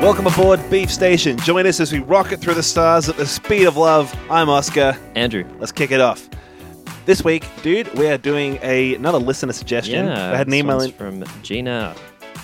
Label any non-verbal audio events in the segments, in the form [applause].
Welcome aboard Beef Station. Join us as we rocket through the stars at the speed of love. I'm Oscar. Andrew. Let's kick it off. This week, dude, we are doing a, another listener suggestion. Yeah. we had an this email in. one's from Gina.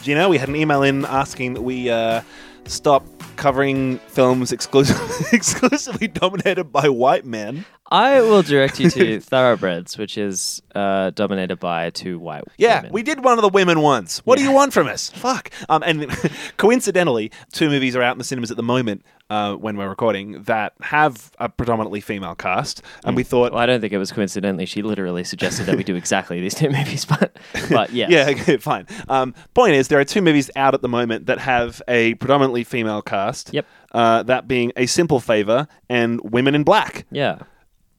You know, we had an email in asking that we uh, stop covering films exclusively, [laughs] exclusively dominated by white men. I will direct [laughs] you to Thoroughbreds, which is uh, dominated by two white Yeah, women. we did one of the women ones. What do you want from us? Fuck. Um, and [laughs] coincidentally, two movies are out in the cinemas at the moment uh, when we're recording that have a predominantly female cast, and we thought, Well, I don't think it was coincidentally. She literally suggested that we do exactly these two [laughs] movies, but but [laughs] yes. yeah, okay, fine. Um, point is, there are two movies out at the moment that have a predominantly female cast. Yep. Uh, that being A Simple Favor and Women in Black, Yeah.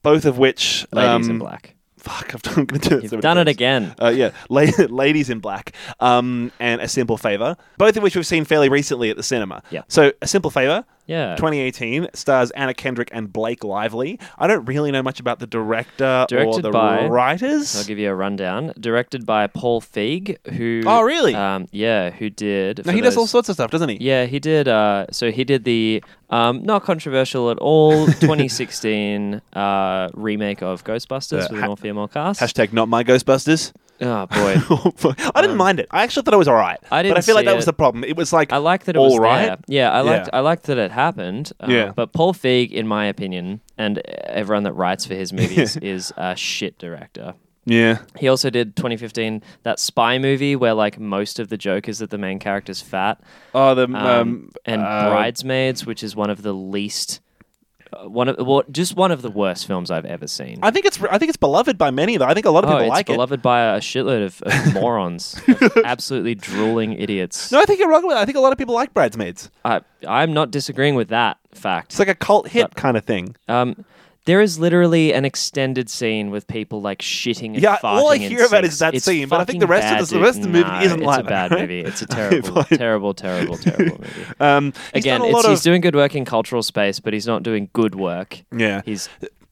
both of which Ladies in um, Black. Fuck, I've [laughs] done, I'm gonna do it. You've so many done it times. again. Uh, yeah, [laughs] La- Ladies in Black um, and A Simple Favor, both of which we've seen fairly recently at the cinema. Yeah. So, A Simple Favor, Yeah. 2018, stars Anna Kendrick and Blake Lively. I don't really know much about the director or Directed the by- I'll writers. give you a rundown. Directed by Paul Feig, who Oh, really? Um, yeah, who did? No, for he does all those- sorts of stuff, doesn't he? Yeah, he did. Uh, so he did the um, not controversial [laughs] at all 2016 uh, remake of Ghostbusters Uh, with ha- an all female cast. Hashtag not my Ghostbusters. oh boy, I didn't mind it. I actually thought it was all right. I but I didn't feel like see that it. was the problem. It was like [laughs] I like that it all was right. there. Yeah, I liked Yeah. I liked that it happened. Uh, Yeah. But Paul Feig, in my opinion, and everyone that writes for his [laughs] movies, is a shit director. Yeah. He also did 2015 that spy movie where like most of the joke is that the main character's fat. Oh, the um, um, and uh, Bridesmaids, which is one of the least, uh, one of well, just one of the worst films I've ever seen. I think it's I think it's beloved by many though. I think a lot of oh, people it's like it. beloved by a shitload of, [laughs] of morons, of absolutely drooling idiots. No, I think you're wrong with that. I think a lot of people like bridesmaids. I, I'm not disagreeing with that It's fact. like a cult hit kind of thing. Um, there is literally an extended scene with people like shitting and Yeah, farting. all I in hear about is sinks. that It's scene, but I think the fucking rest of bad, this- the dude. rest of the movie Nah, isn't it's like a that, bad right? movie. [laughs] It's a Okay, terrible, fine. terrible, terrible, terrible movie. Um, he's Again, done a it's, lot he's of- doing good work in cultural space, but he's not doing good work. yeah, [laughs] He's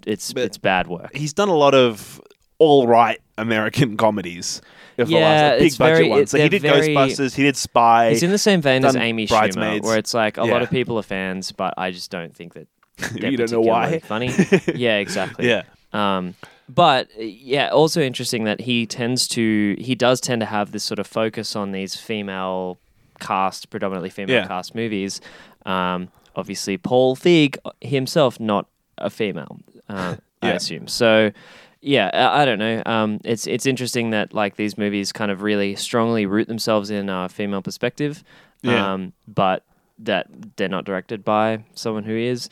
it's it's bad work. he's done a lot of all right American comedies. Of the last, Yeah, like, big it's budget very- ones. So he they're did very- Ghostbusters. He did Spy. He's in the same vein as done Amy Schumer, Bridesmaids. where it's like a Yeah. lot of people are fans, but I just don't think that [laughs] they're You don't know why. [laughs] particularly funny. yeah, exactly. Yeah. Um, but yeah, also interesting that he tends to he does tend to have this sort of focus on these female cast, predominantly female Yeah. cast movies. Um, obviously, Paul Feig uh, himself not a female, [laughs] uh, I Yeah. assume. So yeah, I, I don't know. Um, it's it's interesting that like these movies kind of really strongly root themselves in a female perspective. Yeah. Um, but that they're not directed by someone who is.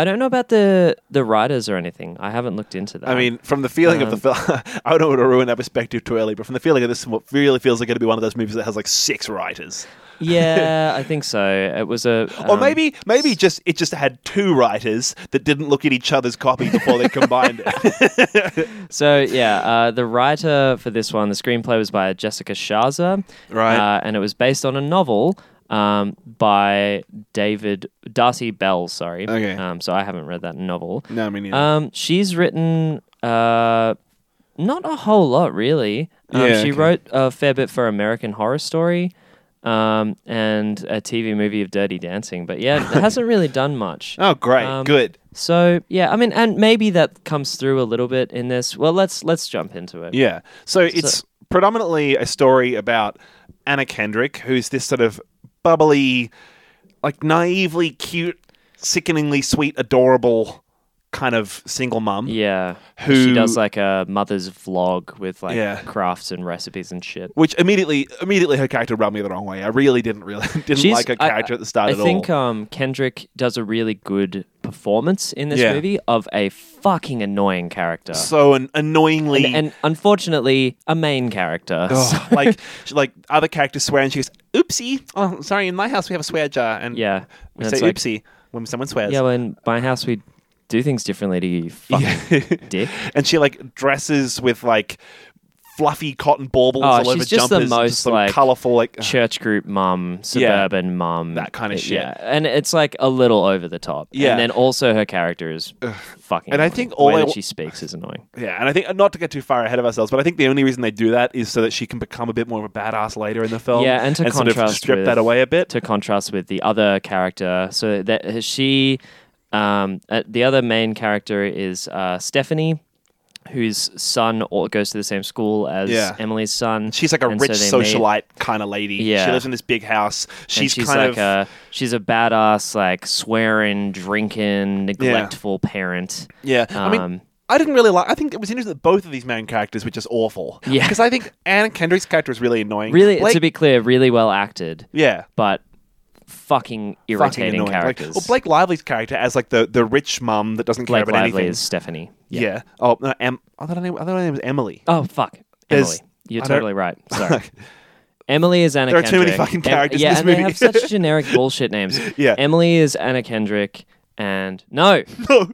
I don't know about the the writers or anything. I haven't looked into that. I mean, from the feeling of the film, [laughs] I don't want to ruin that perspective too early, but from the feeling of this, what really feels like going to be one of those movies that has like six writers, [laughs] yeah, I think so. It was a [laughs] or um, maybe maybe just it just had two writers that didn't look at each other's copy before they combined it. So yeah, uh, the writer for this one, the screenplay was by Jessica Shaza, Right. Uh, and it was based on a novel um, by David Darcy Bell. Sorry. Okay. Um, so I haven't read that novel. [laughs] No, I mean, Um, she's written uh, not a whole lot, really. Um, Yeah, she okay. wrote a fair bit for American Horror Story um, and a TV movie of Dirty Dancing, but [laughs] yeah, hasn't really done much. oh, great, um, good. So yeah, I mean, and maybe that comes through a little bit in this. Well, let's let's jump into it. Yeah. So it's predominantly a story about Anna Kendrick, who's this sort of bubbly, like naively cute, sickeningly sweet, adorable kind of single mum. Yeah, Who- she does like a mother's vlog with like Yeah. crafts and recipes and shit. Which immediately, immediately her character rubbed me the wrong way. I really didn't really [laughs] didn't She's- like her I- character at the start I at think all. um, Kendrick does a really good performance in this Yeah. movie of a fucking annoying character, so an annoyingly uh, and, oh. and unfortunately, a main character. So- Ugh, [laughs] [laughs] like she- like other characters swear and she goes, "Oopsie!" Oh, sorry. In my house, we have a swear jar, and yeah, we and say it's like, "oopsie" when someone swears. Yeah, well, in my house we [laughs] do things differently to you, you fucking Yeah. dick. and she like dresses with like fluffy cotton baubles Oh, all over she's just the jumpers, and most, just some like, colorful like uh, church group mum, suburban mum, That kind of uh, shit. Yeah, and it's like a little over the top. Yeah. and then also her character is fucking. And I annoying. think The all way I that w- she speaks is annoying. yeah. And I think not to get too far ahead of ourselves, but I think the only reason they do that is so that she can become a bit more of a badass later in the film. Yeah, and to sort of contrast strip with- that away a bit. To contrast with the other character, so that she, um, uh, the other main character is uh, Stephanie. Whose son all goes to the same school as Yeah. Emily's son. she's like a and so rich they meet. socialite kind of lady. Yeah. She lives in this big house. And She's, she's kind like of a she's a badass, like swearing, drinking, neglectful parent. yeah. I mean. um, I didn't really like. I think it was interesting that both of these main characters were just awful. Yeah. Because I think Anna Kendrick's character is really annoying. Really, Blake- to be clear, really well acted, yeah. but fucking fucking irritating annoying. Like, characters. well, Blake Lively's character as like the, the rich mum that doesn't care Blake about Lively anything. is Stephanie. yeah. Oh no, em- I thought her name. I thought her name was Emily. Oh fuck, There's- Emily, you're I don't- [laughs] totally right. Sorry. Emily is Anna. There are too Kendrick. many fucking Em- characters in yeah, this and movie. they [laughs] have such generic bullshit names. Yeah. Emily is Anna Kendrick, and no, No.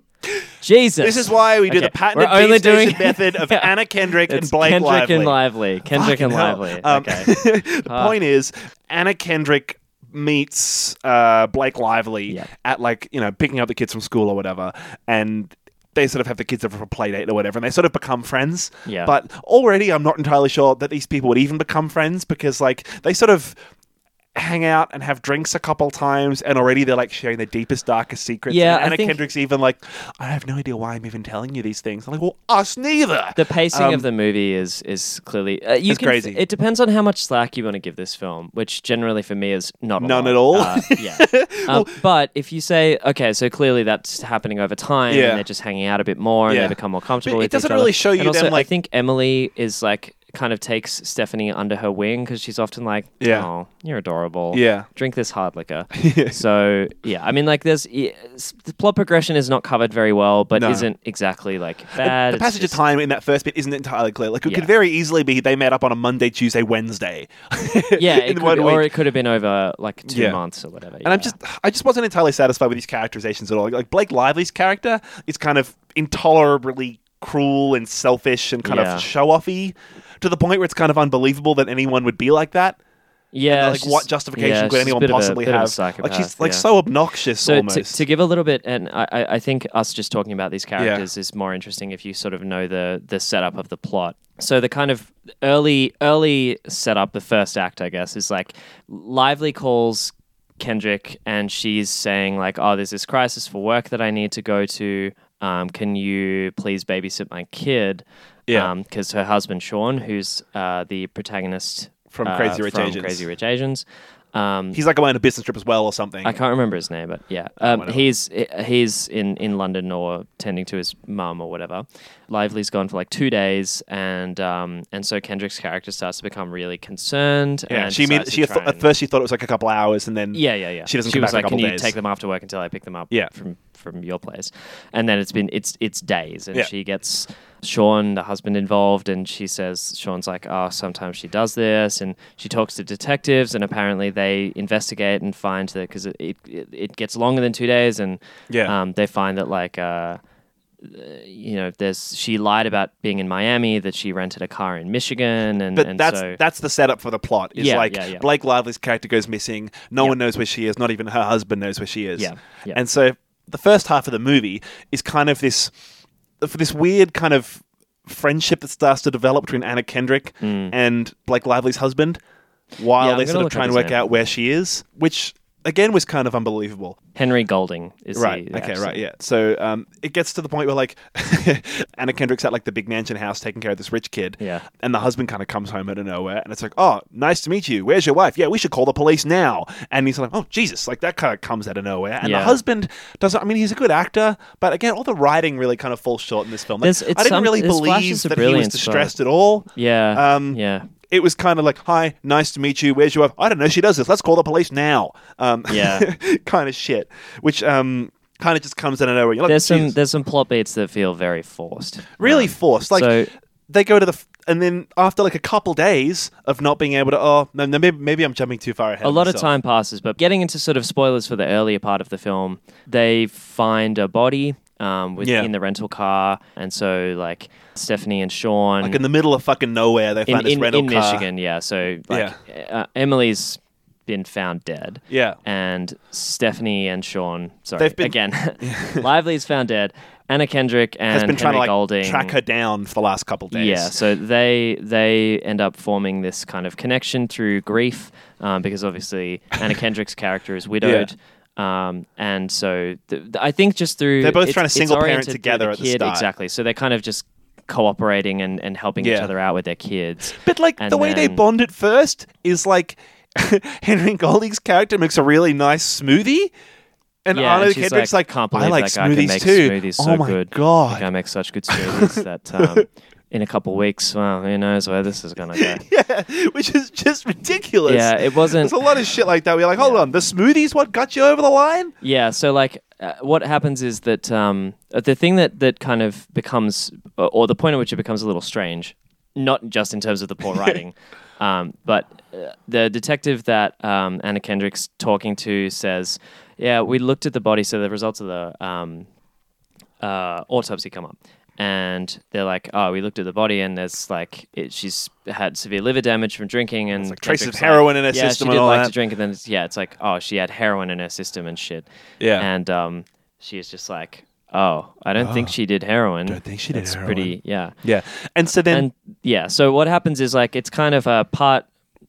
Jesus. This is why we do Okay, the patented we're only beat station doing- method of [laughs] Yeah. Anna Kendrick and It's Blake Kendrick Lively. and Lively. Kendrick Fucking and hell. Lively. Um, [laughs] okay. Uh, the point is, Anna Kendrick meets uh, Blake Lively Yeah. at like you know picking up the kids from school or whatever, and they sort of have the kids over for a play date or whatever, and they sort of become friends. Yeah. But already, I'm not entirely sure that these people would even become friends because like they sort of. Hang out and have drinks a couple times, and already they're like sharing their deepest, darkest secrets. Yeah, and I Anna think- Kendrick's even like, I have no idea why I'm even telling you these things. I'm like, well, us neither. [laughs] The pacing Um, of the movie is is clearly uh, you It's can f- crazy. it depends on how much slack you want to give this film, which generally for me is not a None lot. at all. [laughs] Uh, yeah, um, but if you say okay, so clearly that's happening over time, Yeah. and they're just hanging out a bit more, and Yeah. they become more But it comfortable. with each doesn't other. really show you And also, them, I like- think Emily is like kind of takes Stephanie under her wing because she's often like, Yeah. "Oh, you're adorable. Yeah. drink this [laughs] hard liquor." so yeah, I mean, like there's yeah, s- the plot progression is not covered very well, but No. isn't exactly like bad. the It's passage just- of time in that first bit isn't entirely clear. Like it Yeah. could very easily be they met up on a Monday, Tuesday, Wednesday. [laughs] yeah, in it could, one be- or week. it could have been over like two Yeah. months or whatever. And I'm just I just wasn't entirely satisfied with these characterizations at all. Like Blake Lively's character is kind of intolerably cruel and selfish and kind Yeah. of show offy to the point where it's kind of unbelievable that anyone would be like that. yeah, like she's- what justification yeah, could she's a anyone bit of a- possibly bit of a have? like psychopath, she's like yeah. so obnoxious So almost. to, to give a little bit, and I, I I think us just talking about these characters is more interesting if you sort of know the the setup of the plot. So the kind of early early setup, the first act, I guess, is like Lively calls Kendrick, and she's saying like, "Oh, there's this crisis for work that I need to go to. Um, can you please babysit my kid?" Yeah. because her husband Sean, who's uh, the protagonist From uh, Crazy Rich from Asians. Crazy Rich Asians, um, He's like away on a business trip as well or something. I can't remember his name, but yeah, um, he's he's in, in London or tending to his mum or whatever. Lively's gone for like two days, and um, and so Kendrick's character starts to become really concerned. yeah, and she mean, decides to she try thought, at and- first she thought it was like a couple hours and then yeah, yeah, yeah. She doesn't She come was back for a like, "Can couple you days." take them after work until I pick them up? Yeah. from from your place." And then it's been it's it's days, and Yeah. she gets Sean, the husband, involved, and she says Sean's like, "Oh, sometimes she does this," and she talks to detectives, and apparently they investigate and find that because it, it it gets longer than two days, and Yeah. um, they find that like. Uh, you know, there's she lied about being in Miami, that she rented a car in Michigan, and, But and that's so, that's the setup for the plot. It's Yeah, like yeah, yeah. Blake Lively's character goes missing. No Yeah. one knows where she is. Not even her husband knows where she is. Yeah, yeah. And so the first half of the movie is kind of this for this weird kind of friendship that starts to develop between Anna Kendrick and Blake Lively's husband while Mm. Yeah, I'm they gonna sort of look up try and his work name. out where she is, which again was kind of unbelievable. Henry Golding is the- Right. the okay. actor. Right. Yeah. So um, it gets to the point where like [laughs] Anna Kendrick's at like the big mansion house taking care of this rich kid. Yeah. And the husband kind of comes home out of nowhere, and it's like, oh, nice to meet you. Where's your wife? Yeah, we should call the police now. And he's like, oh Jesus, like that kind of comes out of nowhere. And Yeah. the husband doesn't. I mean, he's a good actor, but again, all the writing really kind of falls short in this film. Like, There's- it's I didn't some- really there's believe flashes of that he was brilliance, but- distressed at all. Yeah. Um, yeah. It was kind of like, hi, nice to meet you. Where's your wife? I don't know. She does this. Let's call the police now. Um, [laughs] Yeah. kind of shit, which um, kind of just comes out of nowhere. You're like, There's some "Jeez." there's some plot beats that feel very forced. really forced. Like so- they go to the f- and then after like a couple days of not being able to, oh, no, no, maybe, maybe I'm jumping too far ahead. A lot of time passes, but getting into sort of spoilers for the earlier part of the film, they find a body um, with Yeah. in the rental car, and so like Stephanie and Sean Like in the middle of fucking nowhere, they in, found this in- rental in car. Michigan, yeah. So like Uh, Emily's been found dead. Yeah. And Stephanie and Sean, sorry, They've been- [laughs] again, [laughs] Lively's found dead. Anna Kendrick and Has been trying Henry to like Golding track her down for the last couple days. yeah, so they they end up forming this kind of connection through grief, um, because [laughs] obviously Anna Kendrick's character is widowed, um, and so th- th- I think just through They're both it's- trying to it's single parent oriented through together at the start. exactly. So they're kind of just cooperating and, and helping each Yeah. other out with their kids. But like And the way they then- bond at first is like [laughs] Henry Golding's character makes a really nice smoothie, and Yeah, Arnold and she's Kendrick's like, like, "Can't believe I like that guy can smoothies make too. smoothies oh so my good." god! Like I make such good smoothies that um, in a couple weeks, well, who knows where this is gonna go. [laughs] yeah, which is just ridiculous. Yeah, it [laughs] wasn't. There's a lot of shit like that. We're like, hold on, the smoothies what got you over the line? Yeah. So like, uh, what happens is that um, uh, the thing that that kind of becomes, or- or the point at which it becomes a little strange, not just in terms of [laughs] the poor writing, um, but uh, the detective that um, Anna Kendrick's talking to says, "Yeah, we looked at the body, so the results of the um, uh, autopsy come up." And they're like, oh, we looked at the body, and there's like, it, she's had severe liver damage from drinking, and like traces of Kendrick's heroin in her yeah, system she and did all like that." to drink, and then it's, yeah, it's like, oh, she had heroin in her system and shit. Yeah. and um, she is just like, oh, I don't think she did heroin. Don't think she did It's heroin. pretty, yeah, Yeah, and so then and yeah. So what happens is like it's kind of a part.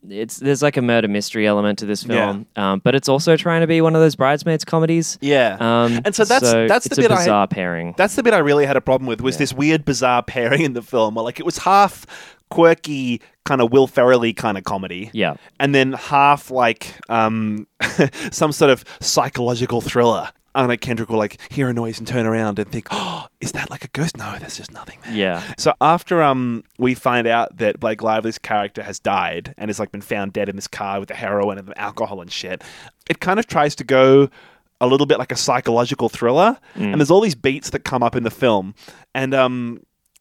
It's there's like a murder mystery element to this Yeah. film, um, but it's also trying to be one of those bridesmaids comedies. yeah, Um, and so that's that's the it's a bit I bizarre pairing. That's the bit I really had a problem with was this weird, bizarre pairing in the film. Where, like it was half quirky, kind of Will Ferrelly kind of comedy, Yeah. and then half like um, [laughs] some sort of psychological thriller. Anna Kendrick will like hear a noise and turn around and think, [gasps] "Oh, is that like a ghost? No, that's just nothing." Man. yeah, So after um we find out that Blake Lively's character has died and has like been found dead in this car with the heroin and the alcohol and shit, it kind of tries to go a little bit like a psychological thriller. Mm. And there's all these beats that come up in the film, and um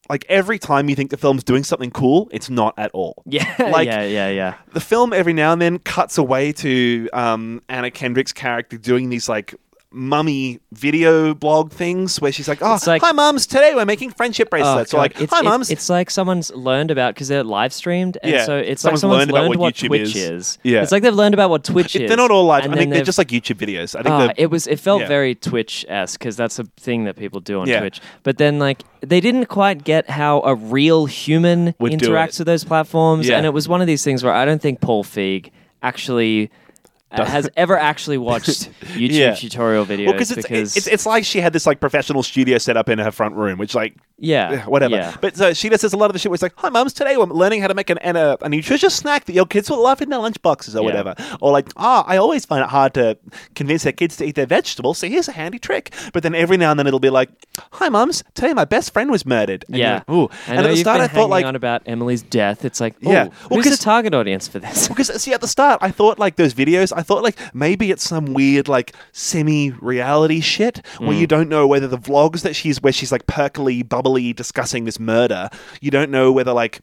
like every time you think the film's doing something cool, it's not at all. [laughs] yeah, [laughs] Like- yeah, yeah, yeah. The film every now and then cuts away to um, Anna Kendrick's character doing these like mummy video blog things where she's like, "Oh, It's like- hi mums, today we're making friendship Oh, bracelets." or God. like, it's, "Hi it's- mums, It's like someone's learned about because they're live streamed, and Yeah. so it's Someone's like someone's learned learned, about what what, YouTube Twitch is. is. Yeah. it's like they've [laughs] learned about what Twitch is. They're not all live. and I then think they're they've- just like YouTube videos. I think Ah, they're it was. It felt yeah. very Twitch esque because that's a thing that people do on Yeah. Twitch. But then, like, they didn't quite get how a real human Would do interacts it. with those platforms, Yeah. and it was one of these things where I don't think Paul Feig actually uh, has ever actually watched YouTube [laughs] Yeah. tutorial videos well, cause it's, because it's it's like she had this like professional studio set up in her front room, which like yeah, eh, whatever. yeah. But so she just says a lot of the shit. Where it's like, "Hi, mums, today we're learning how to make an, an a, a nutritious snack that your kids will love in their lunchboxes or Yeah. whatever." Or like, "Ah, I always find it hard to convince their kids to eat their vegetables, so here's a handy trick." But then every now and then it'll be like, "Hi, mums, today my best friend was murdered." And yeah. you're like, ooh. I and know at the you've start, been I hanging thought like, on about Emily's death. It's like, Yeah. yeah. Well, who's 'cause- the target audience for this? [laughs] Because uh, see, at the start, I thought like those videos. I thought like maybe it's some weird like semi-reality shit where you don't know whether the vlogs that she's where she's like perkily, bubbly discussing this murder. You don't know whether like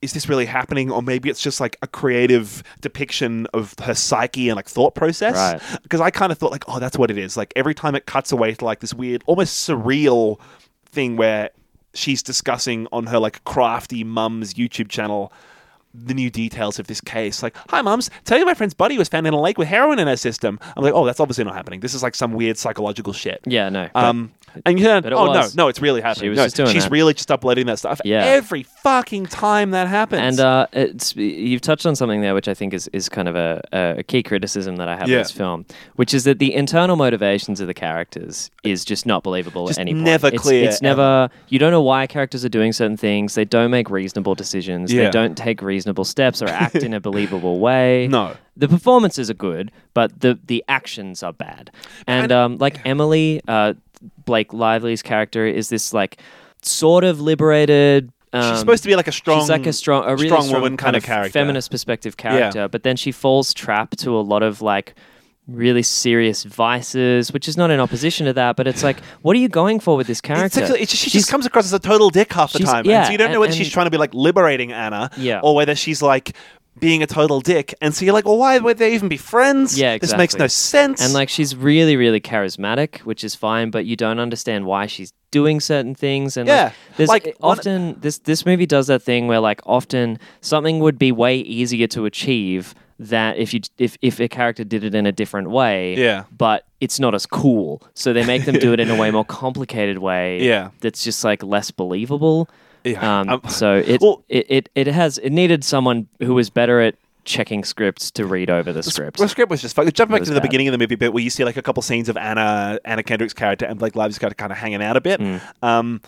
is this really happening or maybe it's just like a creative depiction of her psyche and like thought process. Right. Because I kind of thought like, oh, that's what it is. Like every time it cuts away to like this weird, almost surreal thing where she's discussing on her like crafty mum's YouTube channel the new details of this case. Like, hi, mums, tell you my friend's body was found in a lake with heroin in her system. I'm like, oh, that's obviously not happening. This is like some weird psychological shit. yeah, no. but- Um, and you know, it oh was. no, no, it's really happening. was No, just doing she's that. really just uploading that stuff Yeah. every fucking time that happens. And uh, it's you've touched on something there, which I think is, is kind of a, a a key criticism that I have Yeah. of this film, which is that the internal motivations of the characters is just not believable Just at any point. never It's- clear, It's, never you don't know why characters are doing certain things. They don't make reasonable decisions. Yeah. They don't take reasonable steps or act [laughs] in a believable way. No. The performances are good, but the the actions are bad. And um, like Emily, uh, Blake Lively's character is this like sort of liberated. Um, she's supposed to be like a strong, she's like a strong, a really strong, woman kind, of f- character. feminist perspective character. But then she falls trap to a lot of like really serious vices, which is not in opposition to that. But it's like, what are you going for with this It's character? actually, it's, she just comes across as a total dick half the she's- time. and yeah, so you don't know and- whether she's and- trying to be like liberating Anna Yeah. or whether she's like being a total dick, and so you're like, well, why would they even be friends? Yeah, This makes no exactly. sense. And like she's really, really charismatic, which is fine, but you don't understand why she's doing certain things. And Yeah. like, there's Like, one- often this this movie does that thing where like often something would be way easier to achieve that if you if if a character did it in a different way. Yeah. But it's not as cool, so they make them do it in a [laughs] way more complicated way. Yeah. That's just like less believable. Yeah. Um, Um, so it, well- it it it has it needed someone who was better at checking scripts to read over the script. The script was just fucking. Jump back was to the bad. beginning of the movie bit where you see like a couple scenes of Anna, Anna Kendrick's character and Blake Lively's character kind of hanging out a bit. Mm. Um,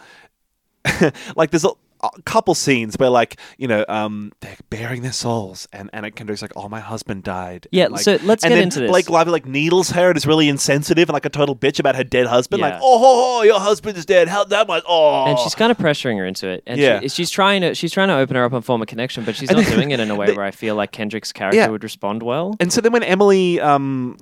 [laughs] like there's a, a couple scenes where like you know um, they're bearing their souls and Anna Kendrick's like, "Oh, my husband died." Yeah, And, like, so let's and get then into this. Blake Lively like needles her and is really insensitive and like a total bitch about her dead husband. Like, Yeah. "Oh, ho, ho, your husband is dead. How that much? Oh." and she's kind of pressuring her into it. And Yeah. she, she's trying to she's trying to open her up and form a connection, but she's not doing it in a way where I feel like Kendrick's character Yeah. would respond well. And so then when Emily, um,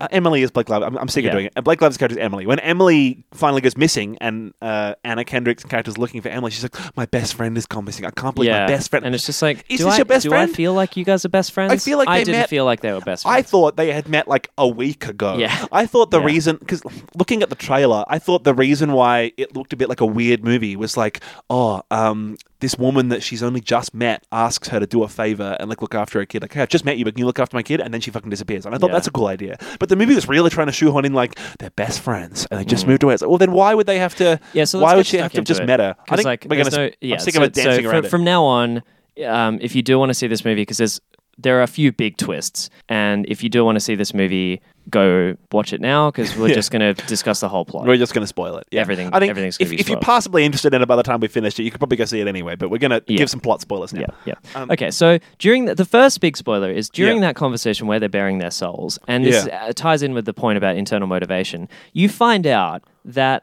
uh, Emily is Blake Lively. I'm, I'm sick Yeah. of doing it. And Blake Lively's character is Emily. When Emily finally goes missing, and uh, Anna Kendrick's character is looking for Emily, she's like, "My best friend has gone missing. I can't believe yeah, my best friend." And it's just like, Is do, this I, your best do friend? I feel like you guys are best friends? feel like I they didn't met- feel like they were best friends. I thought they had met like a week ago. Yeah. I thought the Yeah. reason, because looking at the trailer, I thought the reason why it looked a bit like a weird movie was like, oh, um, this woman that she's only just met asks her to do a favor and like look after her kid. Like, hey, I've just met you, but can you look after my kid? And then she fucking disappears. And I thought Yeah. that's a cool idea. But the movie was really trying to shoehorn in like they're best friends and they just moved away. It's like, well, then why would they have to? Mm. yeah, so let's why get would she stuck have to have into just it. met her? I 'Cause, think like, we're gonna. there's sp- no, yeah, I'm sick so, of it so dancing fr- around it. From now on, um, if you do want to see this movie, because there's there are a few big twists, and if you do want to see this movie, go watch it now because we're just going to discuss the whole plot. We're just going to spoil it. Yeah. Everything- I think everything's gonna if, be if you're spoiled. possibly interested in it by the time we finish it, you could probably go see it anyway. But we're going to Yeah. give some plot spoilers now. Yeah, yeah. Um, okay, so during the, the first big spoiler is during Yeah. that conversation where they're bearing their souls, and this Yeah. uh, ties in with the point about internal motivation. You find out that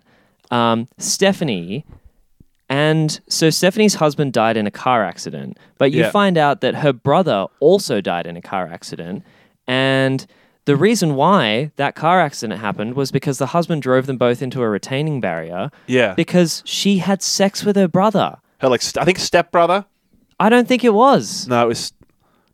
um, Stephanie and so Stephanie's husband died in a car accident, but you Yeah. find out that her brother also died in a car accident, and the reason why that car accident happened was because the husband drove them both into a retaining barrier. Yeah. Because she had sex with her brother. Her like st- I think stepbrother. I don't think it was. No, it was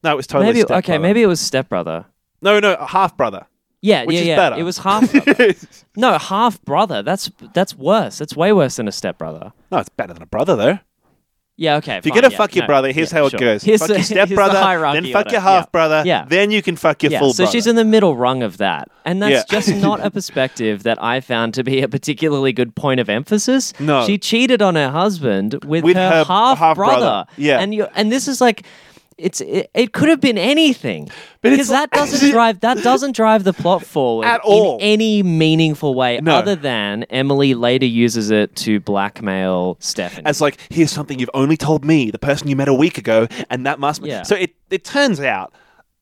no, it was totally Maybe stepbrother. okay, maybe it was stepbrother. no, no, half [laughs] brother. Yeah, Which yeah, is yeah. better. It [laughs] was half. brother. no, half brother. That's that's worse. That's way worse than a stepbrother. No, it's better than a brother though. Yeah, okay. If you're gonna fuck your brother, here's how it goes: fuck [laughs] your stepbrother, then fuck your half brother, Yeah. then you can fuck your Yeah, full so brother. she's in the middle rung of that, and that's Yeah. just not [laughs] a perspective that I found to be a particularly good point of emphasis. No. she cheated on her husband with, With her her, half half-brother. brother. Yeah. and you and this is like. It's it, it could have been anything But it's because that like- [laughs] doesn't drive that doesn't drive the plot forward At all. in any meaningful way No. other than Emily later uses it to blackmail Stephanie. as like, here's something you've only told me, the person you met a week ago, and that must. be Yeah. So it it turns out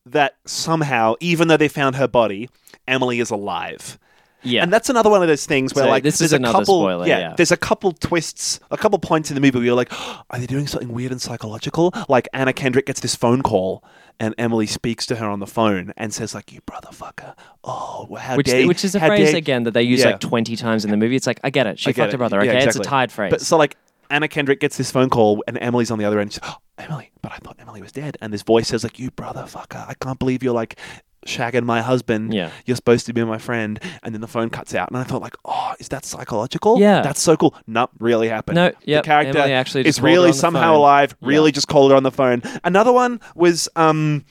that somehow, even though they found her body, Emily is alive. yeah, And that's another one of those things where So like this there's is a another couple, spoiler, yeah, yeah. there's a couple twists, a couple points in the movie where you're like, are they doing something weird and psychological? Like Anna Kendrick gets this phone call, and Emily speaks to her on the phone and says like, "You brotherfucker! Oh, how which dare you- which is a how phrase dare- again that they use Yeah. like twenty times in the movie. It's like I get it. She I get it. fucked her brother. Yeah, Okay, exactly. it's a tied phrase. But so like Anna Kendrick gets this phone call, and Emily's on the other end. She's, oh, Emily, but I thought Emily was dead. And this voice says like, "You brotherfucker! I can't believe you're like." Shagging my husband. Yeah. You're supposed to be my friend. And then the phone cuts out. And I thought, like, oh, is that psychological? Yeah. That's so cool. Not really happened. No, yep, The character Emily actually just is called her really on the somehow phone. alive, really Yeah. just called her on the phone. Another one was um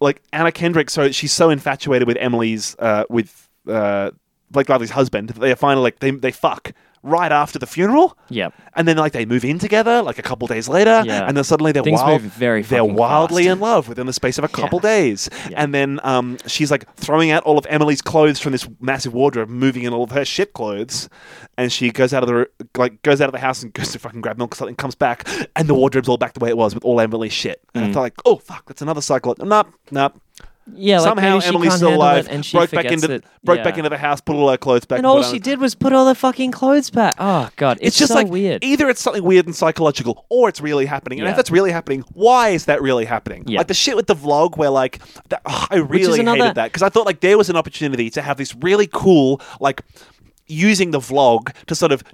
like Anna Kendrick, so she's so infatuated with Emily's uh with uh Blake Lively's husband that they are finally like they they fuck right after the funeral. Yep. And then like they move in together like a couple days later Yeah. and then suddenly they're Things wild, move very they're fucking wildly fast. in love within the space of a couple days. Yeah. And then um she's like throwing out all of Emily's clothes from this massive wardrobe, moving in all of her shit clothes. And she goes out of the r- like goes out of the house and [laughs] goes to fucking grab milk or something, comes back and the wardrobe's all back the way it was with all Emily's shit. And Mm. I thought like, oh fuck, that's another cycle. Nope, nope. Yeah, like Somehow maybe she Emily's can't still handle alive. It and she broke back forgets into it. broke Yeah. back into the house, put all her clothes back. And put all it on. she did was put all her fucking clothes back. Oh god, it's, It's just so like weird. either it's something weird and psychological, or it's really happening. And if Yeah. that's really happening, why is that really happening? Yeah. Like the shit with the vlog, where like that, ugh, I is really another- hated that because I thought like there was an opportunity to have this really cool like using the vlog to sort of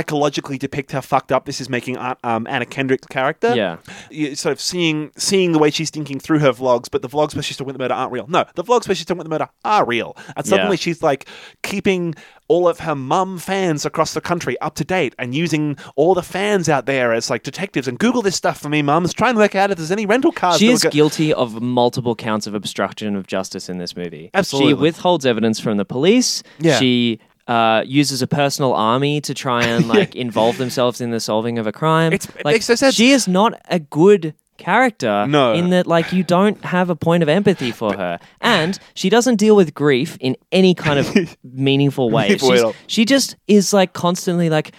psychologically depict how fucked up this is making uh, um, Anna Kendrick's character. Yeah. you sort of seeing seeing the way she's thinking through her vlogs, but the vlogs where she's talking about the murder aren't real. No, the vlogs where she's talking about the murder are real, and suddenly Yeah. she's like keeping all of her mum fans across the country up to date and using all the fans out there as like detectives and Google this stuff for me, mums. Try and work out if there's any rental cars. She that'll is go- guilty of multiple counts of obstruction of justice in this movie. Absolutely. She withholds evidence from the police. Yeah. She uh, uses a personal army to try [laughs] and like involve themselves in the solving of a crime. It's- it like, makes no sense. She is not a good character No. in that like you don't have a point of empathy for her and she doesn't deal with grief in any [laughs] kind of meaningful way Meaningful at She's- all. she just is like constantly like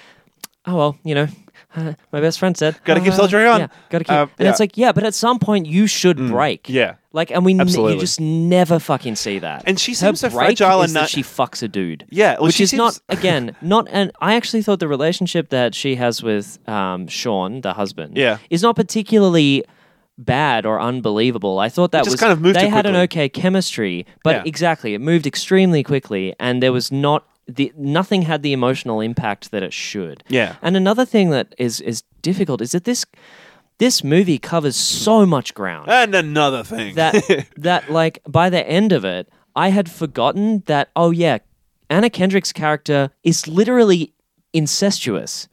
oh well you know [laughs] my best friend said Gotta keep uh, soldiering on. yeah, gotta keep Um, and yeah. it's like yeah but at some point you should break Mm. yeah. like and we n- Absolutely. you just never fucking see that And she Her seems so break fragile is and that not- she fucks a dude Yeah, well, which she is not seems- [laughs] again not and I actually thought the relationship that she has with um, Sean the husband Yeah. is not particularly bad or unbelievable. I thought that just was kind of moved they it had an quickly. okay chemistry, but Yeah. exactly it moved extremely quickly, and there was not the nothing had the emotional impact that it should. Yeah. And another thing that is is difficult is that this this movie covers so much [laughs] ground And another thing. that that like by the end of it, I had forgotten that. Oh yeah, Anna Kendrick's character is literally [laughs] incestuous.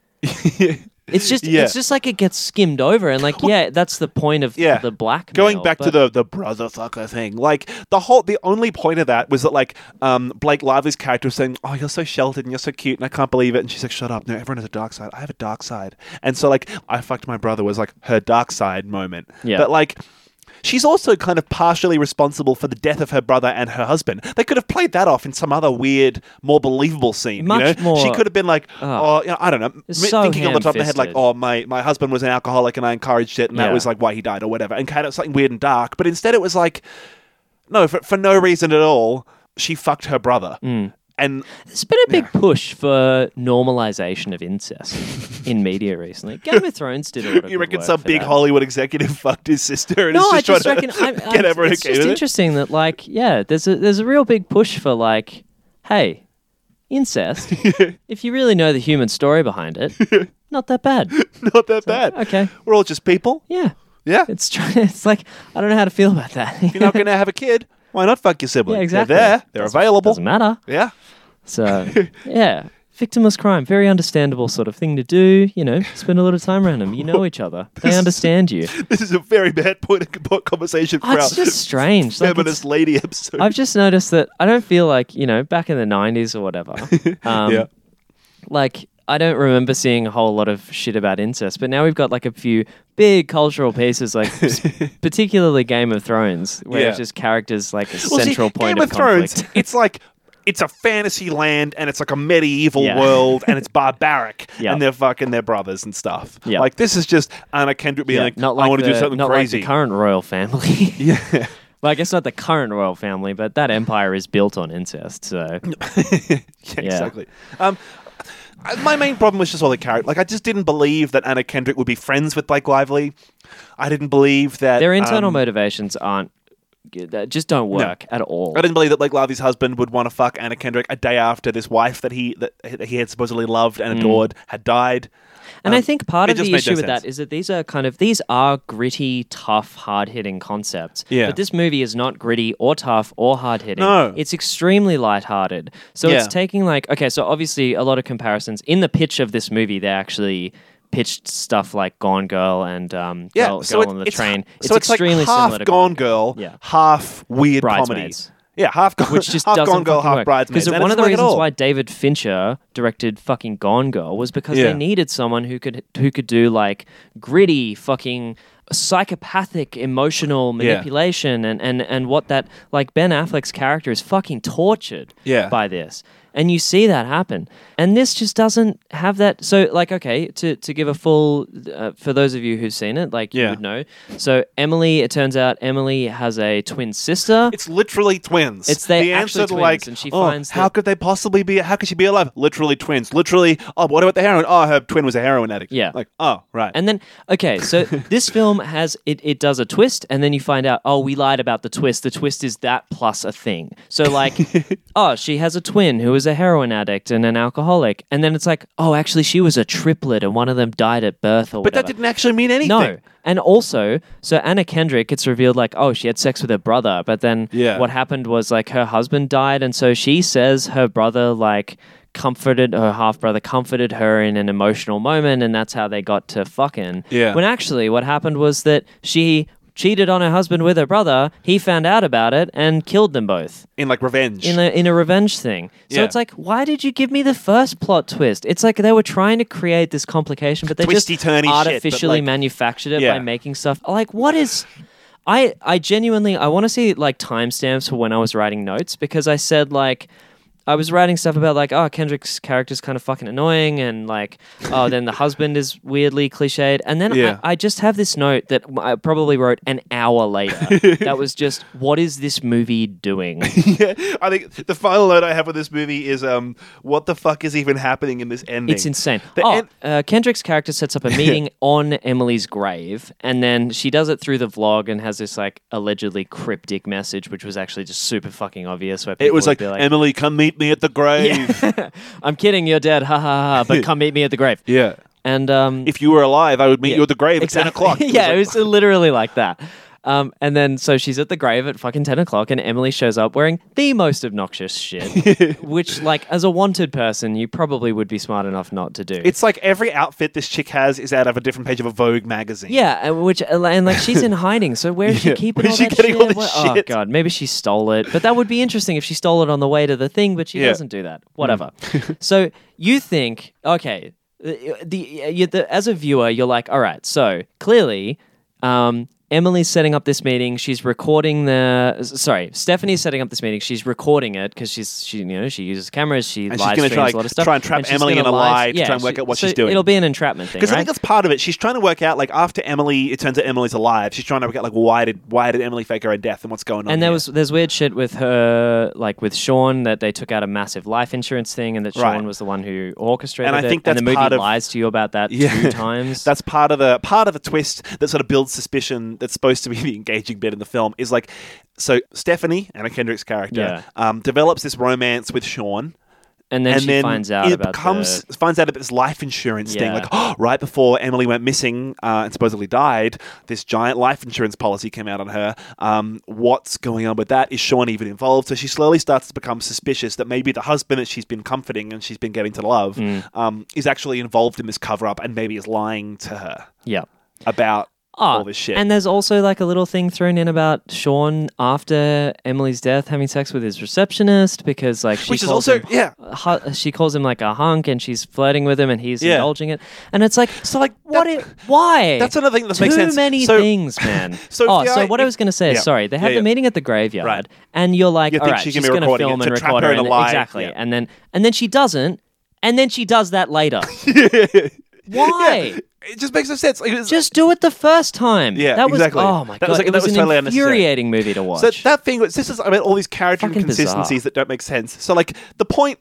It's just Yeah. it's just like it gets skimmed over and like yeah that's the point of Yeah. the black Going back to the the brother fucker thing, like the whole the only point of that was that like um, Blake Lively's character was saying, "Oh, you're so sheltered and you're so cute, and I can't believe it," and she's like, "Shut up! No, everyone has a dark side. I have a dark side." And so like, I fucked my brother was like her dark side moment. Yeah. But like. She's also kind of partially responsible for the death of her brother and her husband. They could have played that off in some other weird, more believable scene. Much you know? She more- Ah. could have been like, "Oh, you know, I don't know," So thinking on the top of my head, like, ham-fisted. "Oh, my my husband was an alcoholic and I encouraged it, and that Yeah. was like why he died or whatever," and kind of something weird and dark. But instead, it was like, no, for, for no reason at all, she fucked her brother, Hmm. and There's been a big push for normalization of incest in media [laughs] recently. Game of Thrones did a lot of you good reckon work some for big that. Hollywood executive [laughs] fucked his sister and No, I is just just trying reckon to [laughs] I, I, get everyone it's okay just with it. interesting that like yeah, there's a there's a real big push for like, hey, [laughs] incest. if you really know the human story behind it, not that bad. Not that bad. okay. we're all just people. Yeah, [laughs] Yeah, it's tr- it's like I don't know how to feel about that. [laughs] if you're not going to have a kid, why not fuck your sibling? yeah, exactly. They're there. They're Doesn't- available. Doesn't matter. yeah. [laughs] So yeah. Victimless crime, very understandable sort of thing to do. You know, spend a lot of time around them. You know each other. [laughs] They understand you. This is a very bad point of conversation for Oh, our [laughs] it's just strange. Like, it's- feminist lady episode. I've just noticed that I don't feel like you know back in the '90s or whatever. [laughs] Um, yeah. Like I don't remember seeing a whole lot of shit about incest, but now we've got like a few big cultural pieces, like [laughs] s- particularly Game of Thrones, where Yeah. it's just characters like a Well, see, central point Game of, of, Thrones. conflict. It's like it's a fantasy land and it's like a medieval Yeah. world and [laughs] it's barbaric Yeah. and they're fucking their brothers and stuff. Yeah. Like this is just Anna Kendrick being Yeah, like, not I like want to the, do something not crazy. like the current royal family. [laughs] yeah. [laughs] well, I guess not the current royal family, but that empire is built on incest. So [laughs] yeah, exactly. Um, I- my main problem was just all the character. Like, I just didn't believe that Anna Kendrick would be friends with Blake Lively. I didn't believe that their internal um, motivations aren't that just don't work at all. I didn't believe that Blake Lively's husband would want to fuck Anna Kendrick a day after this wife that he that he had supposedly loved Mm. and adored had died. And I Um, think part it of just the made issue no with sense. that is that these are kind of these are gritty, tough, hard hitting concepts. Yeah. But this movie is not gritty or tough or hard hitting. No. It's extremely lighthearted. So Yeah. it's taking like okay, so obviously a lot of comparisons. In the pitch of this movie, they actually pitched stuff like Gone Girl and um Yeah, Girl, so Girl it- on the it's, Train. It's so it's extremely like half similar to Gone Girl, Yeah. half weird comedy. Bridesmaids. Yeah, half Gone, which [laughs] just half doesn't Gone Girl, fucking half work. Bridesmaids. And Because one it's of the not like at reasons all. why David Fincher directed fucking Gone Girl was because Yeah. they needed someone who could who could do like gritty fucking psychopathic emotional manipulation and, and and what that like Ben Affleck's character is fucking tortured Yeah. by this. And you see that happen. And this just doesn't have that. So, like, okay, to, to give a full, uh, for those of you who've seen it, like, Yeah. you would know. So, Emily, it turns out Emily has a twin sister. It's literally twins. It's they the answer actually to twins, like, and she oh, finds how that- could they possibly be? How could she be alive? Literally twins. Literally. Oh, what about the heroin? Oh, her twin was a heroin addict. Yeah. Like, oh, right. And then, [laughs] okay, so this film has it, it does a twist, and then you find out, [laughs] oh, we lied about the twist. The twist is that plus a thing. So, like, oh, she has a twin who is was a heroin addict and an alcoholic, and then it's like, oh, actually, she was a triplet, and one of them died at birth or But whatever. that didn't actually mean anything. No. And also, so Anna Kendrick, it's revealed like, oh, she had sex with her brother. But then Yeah. what happened was like her husband died. And so she says her brother, like, comforted her half brother, comforted her in an emotional moment. And that's how they got to fucking. Yeah. When actually, what happened was that she cheated on her husband with her brother. He found out about it and killed them both In like revenge. in a, in a revenge thing. So Yeah. it's like, why did you give me the first plot twist? It's like they were trying to create this complication, but they just Twisty-turny shit, but, artificially like- manufactured it Yeah. by making stuff. Like, what is? I I genuinely I want to see like timestamps for when I was writing notes because I said like. I was writing stuff about like, oh, Kendrick's character's kind of fucking annoying, and like, [laughs] oh, then the husband is weirdly cliched, and then Yeah. I, I just have this note that I probably wrote an hour later. [laughs] that was just, what is this movie doing? [laughs] yeah, I think the final note I have with this movie is um, what the fuck is even happening in this ending? It's insane. The oh, en- uh, Kendrick's character [laughs] sets up a meeting on Emily's grave, and then she does it through the vlog and has this like allegedly cryptic message, which was actually just super fucking obvious. Where people It was would like, be like Emily, come meet me at [laughs] the grave. "I'm kidding, you're dead, ha ha ha," but [laughs] come meet me at the grave. Yeah. And um, If you were alive, I would meet you at the grave at 10 [laughs] o'clock. yeah, it was literally like that. Um, and then so she's at the grave at fucking ten o'clock, and Emily shows up wearing the most [laughs] obnoxious shit, which like as a wanted person, you probably would be smart enough not to do. It's like every outfit this chick has is out of a different page of a Vogue magazine. Yeah, and which uh, and [laughs] like she's in hiding, so where is she Yeah, keeping where's she all that getting shit? all this Where- Oh shit? god, maybe she stole it, but that would be interesting if she stole it on the way to the thing. But she Yeah. Mm. doesn't do that. [laughs] Whatever. so you think, okay, uh, the, uh, you, the as a viewer, you're like, all right, so clearly. Um, Emily's setting up this meeting. She's recording the. s- Sorry, Stephanie's setting up this meeting. She's recording it because she's she you know she uses cameras. She And she's live gonna try- streams a lot of stuff. try and trap she's Emily gonna in a live- lie to try and work out what so she's doing. It'll be an entrapment thing, Because I right? think that's part of it. She's trying to work out, like, after Emily, it turns out Emily's alive. She's trying to work out, like, why did why did Emily fake her own death and what's going on? And there here? was there's weird shit with her, like with Sean, that they took out a massive life insurance thing, and that Sean Right. was the one who orchestrated And I it. think that's and the movie part of- lies to you about that Yeah. two times. [laughs] That's part of the part of the twist that sort of builds suspicion. That's supposed to be [laughs] the engaging bit in the film is like, so Stephanie Anna Kendrick's character um, develops this romance with Sean, and then and she then finds out it about becomes the, finds out about this life insurance thing. Yeah. Like [gasps] right before Emily went missing uh, and supposedly died, this giant life insurance policy came out on her. Um, what's going on with that? Is Sean even involved? So she slowly starts to become suspicious that maybe the husband that she's been comforting and she's been getting to love Mm. um, is actually involved in this cover up and maybe is lying to her yeah. about Ah, all this shit. And there's also like a little thing thrown in about Sean after Emily's death having sex with his receptionist because like she Which is calls also- him- yeah. hu- she calls him like a hunk and she's flirting with him and he's Yeah. indulging it and it's like so like what that- it why that's another thing that too makes sense. many So- things man [laughs] So oh if the so I- what i if- was going to say is Yeah. sorry they have Yeah, the yeah. meeting at the graveyard Right. and you're like You all think right she she's can be going to recording film it and to trap record her in and- a lie. exactly Yeah. and then and then she doesn't and then she does [laughs] that later why it just makes no sense. Like, it's- just do it the first time Yeah, that was exactly. oh my That god was like- it that was, was an totally unnecessary. infuriating movie to watch So that thing, this is I mean, all these character Fucking inconsistencies bizarre. that don't make sense. So like the point,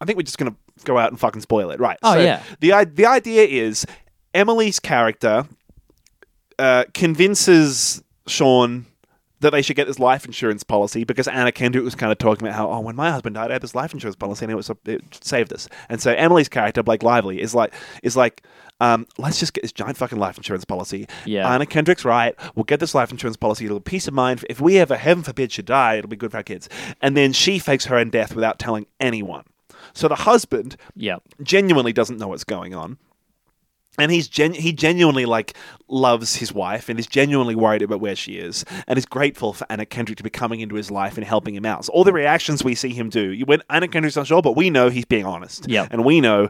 I think we're just gonna go out and fucking spoil it, right? Oh, so yeah. The i- the idea is Emily's character uh, convinces Sean that they should get this life insurance policy because Anna Kendrick was kind of talking about how oh when my husband died I had this life insurance policy and it was it saved us and so Emily's character Blake Lively is like is like um, let's just get this giant fucking life insurance policy Yeah. Anna Kendrick's right we'll get this life insurance policy it'll be peace of mind if we ever heaven forbid should die it'll be good for our kids and then she fakes her own death without telling anyone so the husband yeah genuinely doesn't know what's going on. And he's gen- he genuinely like loves his wife and is genuinely worried about where she is and is grateful for Anna Kendrick to be coming into his life and helping him out. So all the reactions we see him do, when Anna Kendrick's not sure, but we know he's being honest. Yeah. and we know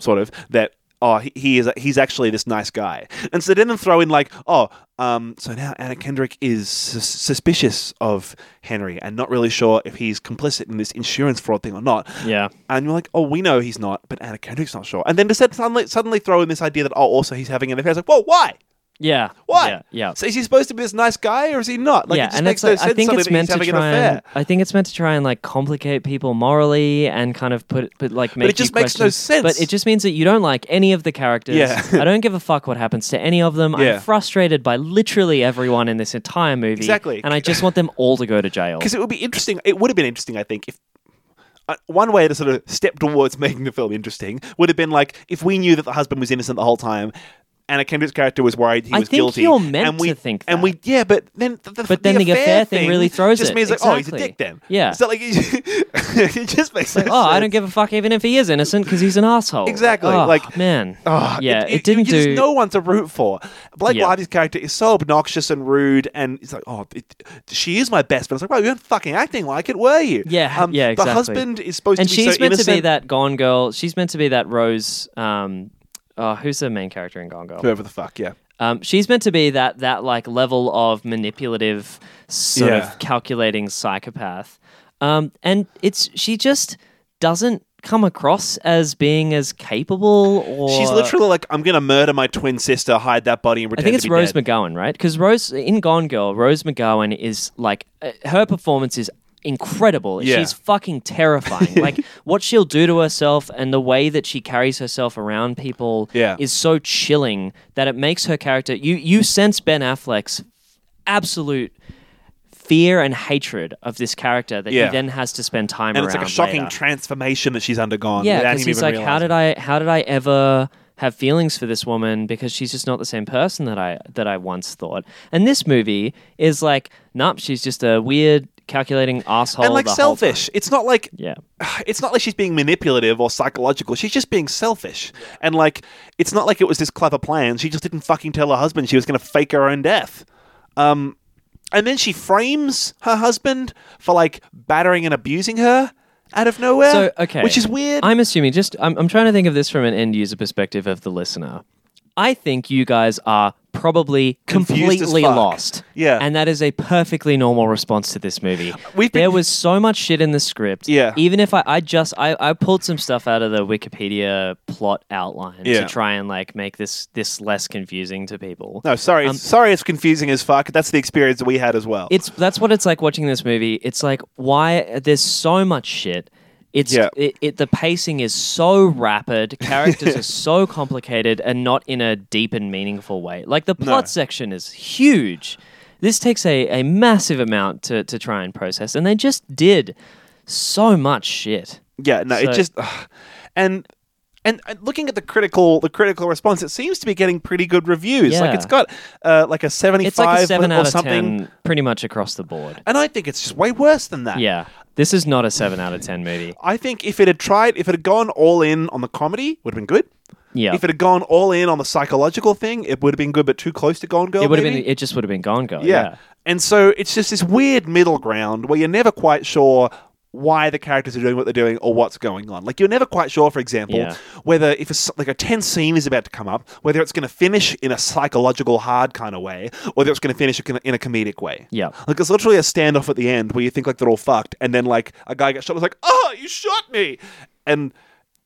sort of that oh he, he is he's actually this nice guy. And so then they throw in like oh um so now Anna Kendrick is sus- suspicious of Henry and not really sure if he's complicit in this insurance fraud thing or not. yeah And you're like, oh, we know he's not, but Anna Kendrick's not sure. And then to set- suddenly, suddenly throw in this idea that, oh, also he's having an affair. It's like, whoa, why? yeah Why? yeah, yeah. So is he supposed to be this nice guy or is he not? Like, it just makes no like- sense suddenly that he's having an try affair. and I think it's meant to try and like complicate people morally and kind of put but like make it just you makes no question- sense. But it just means that you don't like any of the characters. Yeah. I don't give a fuck what happens to any of them. Yeah. I'm frustrated by literally everyone in this entire movie. Exactly. And I just want them all to go to jail. Because it would be interesting. It would have been interesting, I think, if. uh, one way to sort of step towards [laughs] making the film interesting would have been like if we knew that the husband was innocent the whole time. Anna Kendrick's character was worried he I was think guilty. you're meant and we, to think And we, yeah, but then the, the, But then the affair thing really throws just it. means like, oh, he's a Exactly. dick then. Yeah. So like, [laughs] it just makes no sense. Oh, I don't give a fuck even if he is innocent because he's an asshole. Exactly, Oh, like- man. Oh, yeah, it, it, didn't you- you do. There's no one to root for. Blake Yeah. Lively's character is so obnoxious and rude, and it's like, oh, it, she is my best. But it's like, well, you weren't fucking acting like it, were you? Um, Yeah, yeah, exactly. The husband is supposed and to be she's so meant to be innocent. that Gone Girl. She's meant to be that Rose. Um, oh, who's the main character in Gone Girl? Whoever the fuck, yeah. Um, she's meant to be that that like level of manipulative, sort Yeah. of calculating psychopath, um, and it's she just doesn't come across as being as capable or She's literally like, I'm gonna murder my twin sister, hide that body, and I pretend think it's to be Rose dead. McGowan, right? Because Rose in Gone Girl, Rose McGowan is like uh, her performance is incredible. Yeah. She's fucking terrifying. [laughs] like what she'll do to herself and the way that she carries herself around people Yeah. is so chilling that it makes her character. You you sense Ben Affleck's absolute fear and hatred of this character that Yeah. he then has to spend time and around. it's like a shocking later. transformation that she's undergone. Yeah, without because him he's even like, how realizing. did I, how did I ever have feelings for this woman? Because she's just not the same person that I that I once thought. And this movie is like, nope, she's just a weird, calculating asshole. and like the whole selfish. It's not like time. Yeah, [sighs] it's not like she's being manipulative or psychological. She's just being selfish. And like, it's not like it was this clever plan. She just didn't fucking tell her husband she was going to fake her own death. Um, and then she frames her husband for like battering and abusing her out of nowhere. So, okay. which is weird. I'm assuming. Just, I'm, I'm trying to think of this from an end user perspective of the listener. I think you guys are probably Confused as completely fuck. lost. Yeah. and that is a perfectly normal response to this movie. We've been- there was so much shit in the script. Yeah. even if I, I just, I, I pulled some stuff out of the Wikipedia plot outline Yeah. to try and like make this this less confusing to people. no, sorry, sorry, it's confusing as fuck. That's the experience that we had as well. Um, It's that's what it's like watching this movie. It's like why there's so much shit. It's Yeah. it, it the pacing is so [laughs] rapid, characters are so complicated and not in a deep and meaningful way. Like the plot section is huge. This takes a, a massive amount to, to try and process, and they just did so much shit. Yeah, no, So- it just ugh. and and and looking at the critical the critical response, it seems to be getting pretty good reviews. Yeah. Like it's got uh, like a seventy It's like a five seven or out of something. ten pretty much across the board. And I think it's just way worse than that. Yeah. This is not a seven out of ten movie. I think if it had tried, if it had gone all in on the comedy, would have been good. Yeah. If it had gone all in on the psychological thing, it would have been good, but too close to Gone Girl. it would have been maybe? it just would have been gone girl. yeah. yeah. And so it's just this weird middle ground where you're never quite sure why the characters are doing what they're doing or what's going on. Like you're never quite sure, for example, Yeah. whether if a, s- like a tense scene is about to come up, whether it's going to finish in a psychological hard kind of way, or whether it's going to finish in a- in a comedic way. Yeah. Like it's literally a standoff at the end where you think like they're all fucked, and then like a guy gets shot. and It's like, oh, you shot me, and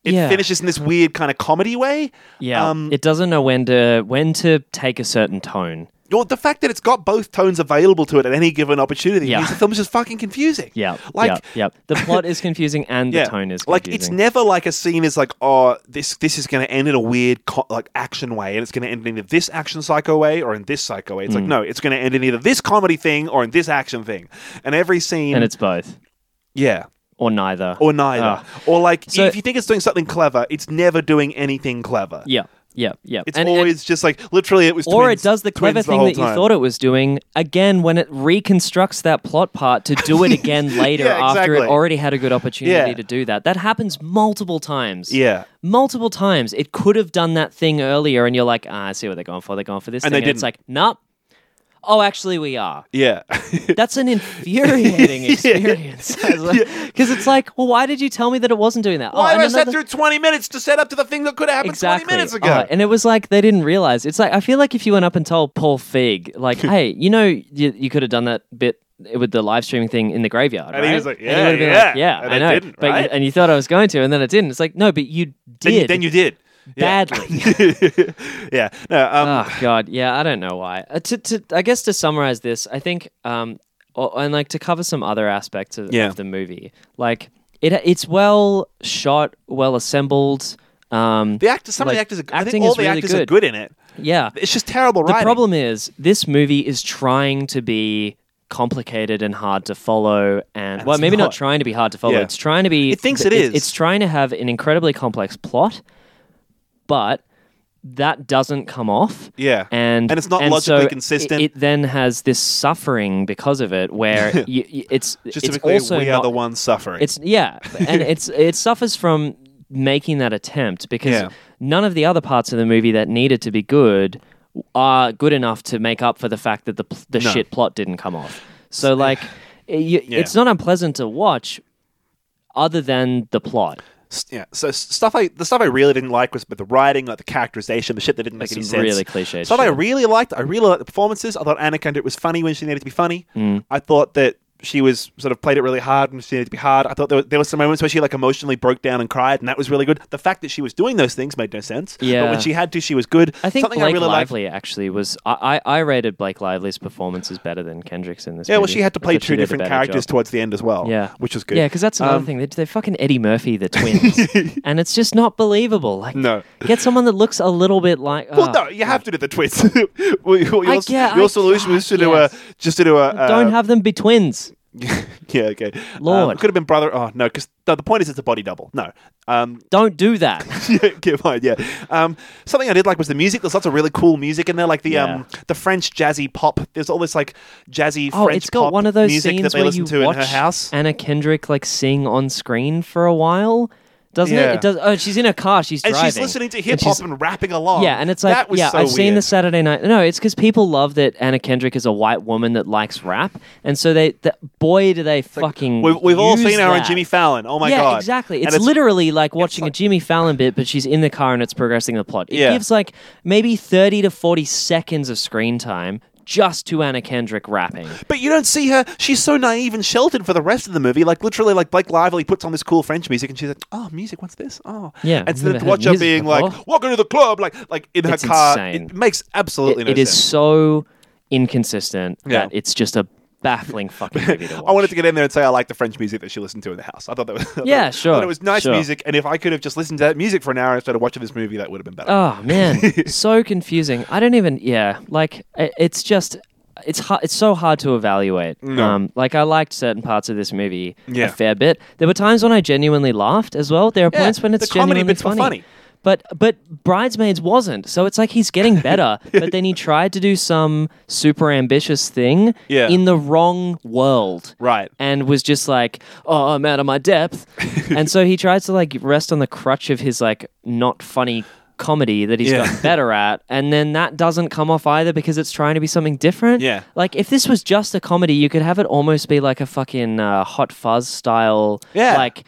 it Yeah. finishes in this weird kind of comedy way. Yeah, Um, it doesn't know when to when to take a certain tone. Well, the fact that it's got both tones available to it at any given opportunity Yeah. means the film's just fucking confusing. Yeah, Like, yeah, yeah. The plot is confusing and the yeah. tone is confusing. like it's never like a scene is like, oh, this this is going to end in a weird co- like action way, and it's going to end in either this action psycho way or in this psycho way. It's Mm. like no, it's going to end in either this comedy thing or in this action thing, and every scene, and it's both yeah, or neither. or neither, Ah. or like So- if you think it's doing something clever, it's never doing anything clever. yeah, yeah, yeah. It's And- and- always just like literally it was. or twins- it does the clever twins thing whole that you time. thought it was doing again when it reconstructs that plot part to do it again [laughs] later Yeah, after it exactly. already had a good opportunity Yeah. to do that. That happens multiple times. Yeah. multiple times. It could have done that thing earlier, and you're like, ah, I see what they're going for. They're going for this, And thing. they It's like, didn't. nope. Oh, actually, we are. Yeah, [laughs] That's an infuriating experience. Because it's like, well, why did you tell me that it wasn't doing that? Oh, why and was that another- through twenty minutes to set up to the thing that could have happened Exactly. twenty minutes Oh, ago? and it was like they didn't realize. It's like I feel like if you went up and told Paul Feig, [laughs] like, "Hey, you know, you, you could have done that bit with the live streaming thing in the graveyard," And he right? was like, and "Yeah, would've been yeah, like, "Yeah, and I I know," didn't, but you, right? and you thought I was going to, and then it didn't. It's like, no, but you did. then, you, then you did Yeah. badly. [laughs] yeah, no, um, oh god yeah i don't know why uh, to, to i guess to summarize this i think um or, and like to cover some other aspects of, Yeah. of the movie like it it's well shot well assembled um the actors, some of like, the actors, are, I acting think all is the really actors are good. good in it. yeah It's just terrible the writing. problem is this movie is trying to be complicated and hard to follow, and, well, it's maybe not. not. trying to be hard to follow. Yeah. It's trying to be. It thinks it is. It's trying to have an incredibly complex plot, but that doesn't come off. Yeah. and And it's not so logically consistent. It, it then has this suffering because of [laughs] it, where y y- it's Just to it's be clear, also we not, are the ones suffering. it's yeah, and [laughs] it's it suffers from making that attempt because Yeah. none of the other parts of the movie that needed to be good are good enough to make up for the fact that the pl- the No. shit plot didn't come off. So [sighs] like, y it's not unpleasant to watch, other than the plot. S- yeah. So s- stuff I the stuff I really didn't like was but the writing, like the characterization, the shit that didn't make Like any some sense. really cliched Stuff I shit. really liked. I really liked the performances. I thought Anna Kendrick was funny when she needed to be funny. Mm. I thought that she was sort of played it really hard when she needed to be hard. I thought there were, there were some moments where she like emotionally broke down and cried, and that was really good. The fact that she was doing those things made no sense. But Yeah. when she had to, she was good. I think something Blake I really liked. Lively actually was. I, I I rated Blake Lively's performance as better than Kendrick's in this. Yeah, well, movie. she had to I play thought she two did a different better characters job. towards the end as well. Yeah, which was good. Um, Yeah, because that's another thing. They, they fucking Eddie Murphy [laughs] the twins, and it's just not believable. Like, No. get someone that looks a little bit like. Well, oh, no, you have to do the twits. [laughs] Well, your, I your, get- I your solution was to do a guess. just to do a uh, don't have them be twins. [laughs] yeah, okay. Lord. um, could have been brother. Oh no, because the point is it's a body double. No, um, [laughs] Don't do that. yeah, get mine, yeah. Um, something I did like was the music. There's lots of really cool music in there, like the um, Yeah. the French jazzy pop. There's all this like jazzy Oh, French it's got pop one of those music scenes that they where listen you to watch in her house. Anna Kendrick like sing on screen for a while, doesn't Yeah. it? It does. Oh, she's in a car. She's and driving. she's listening to And hip she's- hop and, rapping along. Yeah, and it's like that was yeah, so I've weird. seen the Saturday night. No, it's because people love that Anna Kendrick is a white woman that likes rap, and so they, that, boy, do they fucking. We've, we've all use seen her and that. Jimmy Fallon. Oh my yeah, god, exactly. And It's, literally like watching a Jimmy Fallon bit, but she's in the car and it's progressing the plot. It Yeah. gives like maybe thirty to forty seconds of screen time just to Anna Kendrick rapping. But you don't see her. She's so naive and sheltered for the rest of the movie. Like literally, like Blake Lively puts on this cool French music, and she's like, "Oh, music. What's this? Oh, Yeah, I've And so then never to heard watch her music being before. like, "Welcome to the club," like like in It's her car, insane. it makes absolutely It- no it is sense. so inconsistent Yeah. that it's just a baffling fucking movie to watch. [laughs] I wanted to get in there and say I like the French music that she listened to in the house. I thought that was [laughs] I thought Yeah, it- I thought sure, It was nice sure. music, and if I could have just listened to that music for an hour instead of watching this movie, that would have been better. Oh [laughs] man, so confusing. I don't even. Yeah, like i- it's just it's hard, it's so hard to evaluate. Um, like I liked certain parts of this movie Yeah. a fair bit. There were times when I genuinely laughed as well. There are Yeah, points when it's the comedy genuinely bits were funny. funny. But but bridesmaids wasn't. So it's like he's getting [laughs] better, but then he tried to do some super ambitious thing Yeah. in the wrong world Right. and was just like, "Oh, I'm out of [laughs] my depth," and so he tries to like rest on the crutch of his like not funny comedy that he's Yeah. [laughs] got better at, and then that doesn't come off either because it's trying to be something different. Yeah. like if this was just a comedy, you could have it almost be like a fucking uh, Hot Fuzz style. Yeah. like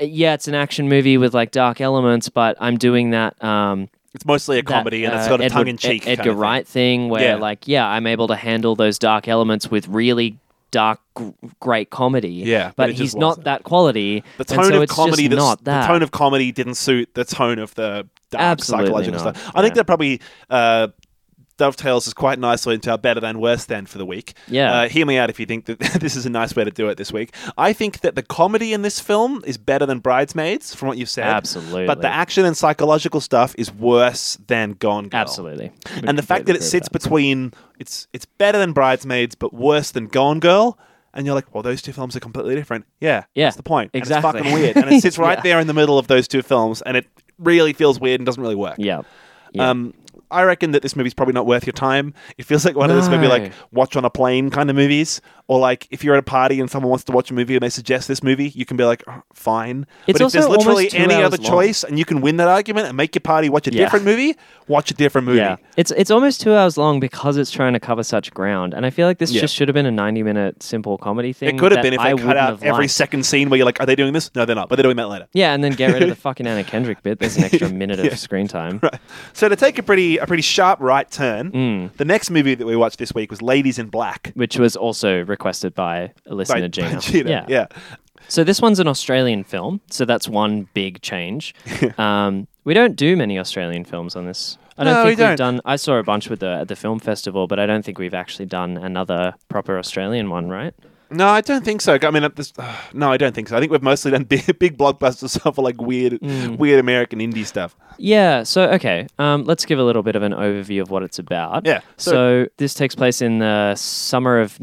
uh, yeah, it's an action movie with like dark elements, but I'm doing that. Um, It's mostly a that, comedy, and it's uh, got a Edward- tongue in cheek. Ed- Edgar Wright thing, where Yeah. like, yeah, I'm able to handle those dark elements with really dark, gr- great comedy. Yeah, but, but it he's just not wasn't. that quality. The and tone so of it's comedy, just that's, not that. the tone of comedy didn't suit the tone of the dark Absolutely psychological not, stuff. I think yeah. that probably uh, dovetails is quite nicely into our better than worse than for the week. Yeah. uh, hear me out if you think that [laughs] this is a nice way to do it this week. I think that the comedy in this film is better than Bridesmaids, from what you've said. Absolutely. but the action and psychological stuff is worse than Gone Girl. Absolutely. Would and the fact that it completely agree with sits between it's it's better than Bridesmaids, but worse than Gone Girl. And you're like, well, those two films are completely different. Yeah, Yeah, that's the point. And exactly. it's fucking weird, and [laughs] it sits right Yeah. there in the middle of those two films, and it really feels weird and doesn't really work. Yeah. Yeah. Um, I reckon that this movie's probably not worth your time. It feels like one of those maybe No. like watch on a plane kind of movies, or like if you're at a party and someone wants to watch a movie and they suggest this movie, you can be like, "Oh, fine. but It's if also there's literally almost two any hours other long. choice and you can win that argument and make your party watch a Yeah. different movie, watch a different movie. yeah, it's it's almost two hours long because it's trying to cover such ground, and I feel like this Yeah. just should have been a ninety-minute simple comedy thing. It could have that been if I they cut wouldn't out have every liked. second scene where you're like, are they doing this? No, they're not, but they're doing that later. Yeah, and then [laughs] get rid of the fucking Anna Kendrick bit. There's an extra minute of screen time. Right. So to take a pretty a pretty sharp right turn, Mm. the next movie that we watched this week was Ladies in Black. which was also requested by a listener, by Gina. Gina. yeah. So this one's an Australian film, so that's one [laughs] big change. um, we don't do many Australian films on this. I don't No, we think don't. have done. I saw a bunch with the at the film festival, but I don't think we've actually done another proper Australian one, right? No, I don't think so. I mean, at this, [sighs] uh, no, I don't think so. I think we've mostly done [laughs] big, big blockbuster [laughs] stuff or like weird, Mm. weird American indie stuff. Yeah, so okay, um, let's give a little bit of an overview of what it's about. Yeah, so- So, this takes place in the summer of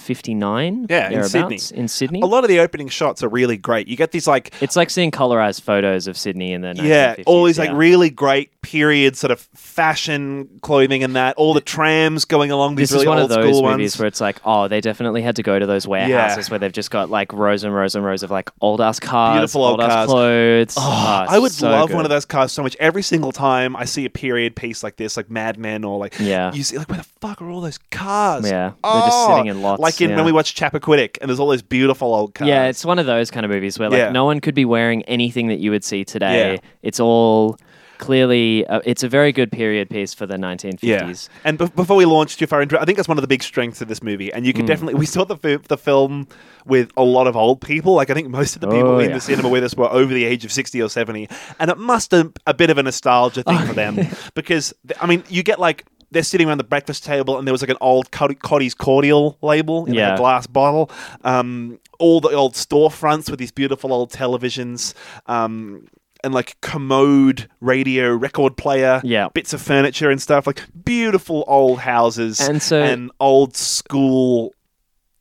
1959. Yeah, in Sydney. thereabouts, In Sydney. A lot of the opening shots are really great. You get these like, It's like seeing colorized photos of Sydney in the 1950s. yeah, all these like yeah. really great period sort of fashion clothing and that. All the trams going along these really This is one of old those school movies ones. where it's like, oh, they definitely had to go to those warehouses Yeah. where they've just got like rows and rows and rows of like old ass cars, Beautiful old old ass cars. clothes. Ah, Oh, I would love one of those cars so much. Every single time I see a period piece like this, like Mad Men or like Yeah. you see like where the fuck are all those cars? Yeah, oh, they're just sitting in lots, Like in yeah. when we watch Chappaquiddick, and there's all those beautiful old cars. Yeah, it's one of those kind of movies where like Yeah. no one could be wearing anything that you would see today. Yeah. It's all clearly uh, it's a very good period piece for the 1950s. Yeah. And be- before we launch too far into it, I think that's one of the big strengths of this movie. And you Mm. can definitely, we saw the, fi- the film with a lot of old people. Like, I think most of the people Oh, in yeah. the cinema with us were over the age of 60 or 70. And it must have a bit of a nostalgia thing for [laughs] Oh, them. Because, th- I mean, you get like, they're sitting around the breakfast table and there was like an old Cod- Coddy's Cordial label in like, Yeah. a glass bottle. Um, all the old storefronts with these beautiful old televisions. Um, and like commode, radio, record player, Yeah. bits of furniture and stuff, like beautiful old houses And so- an old school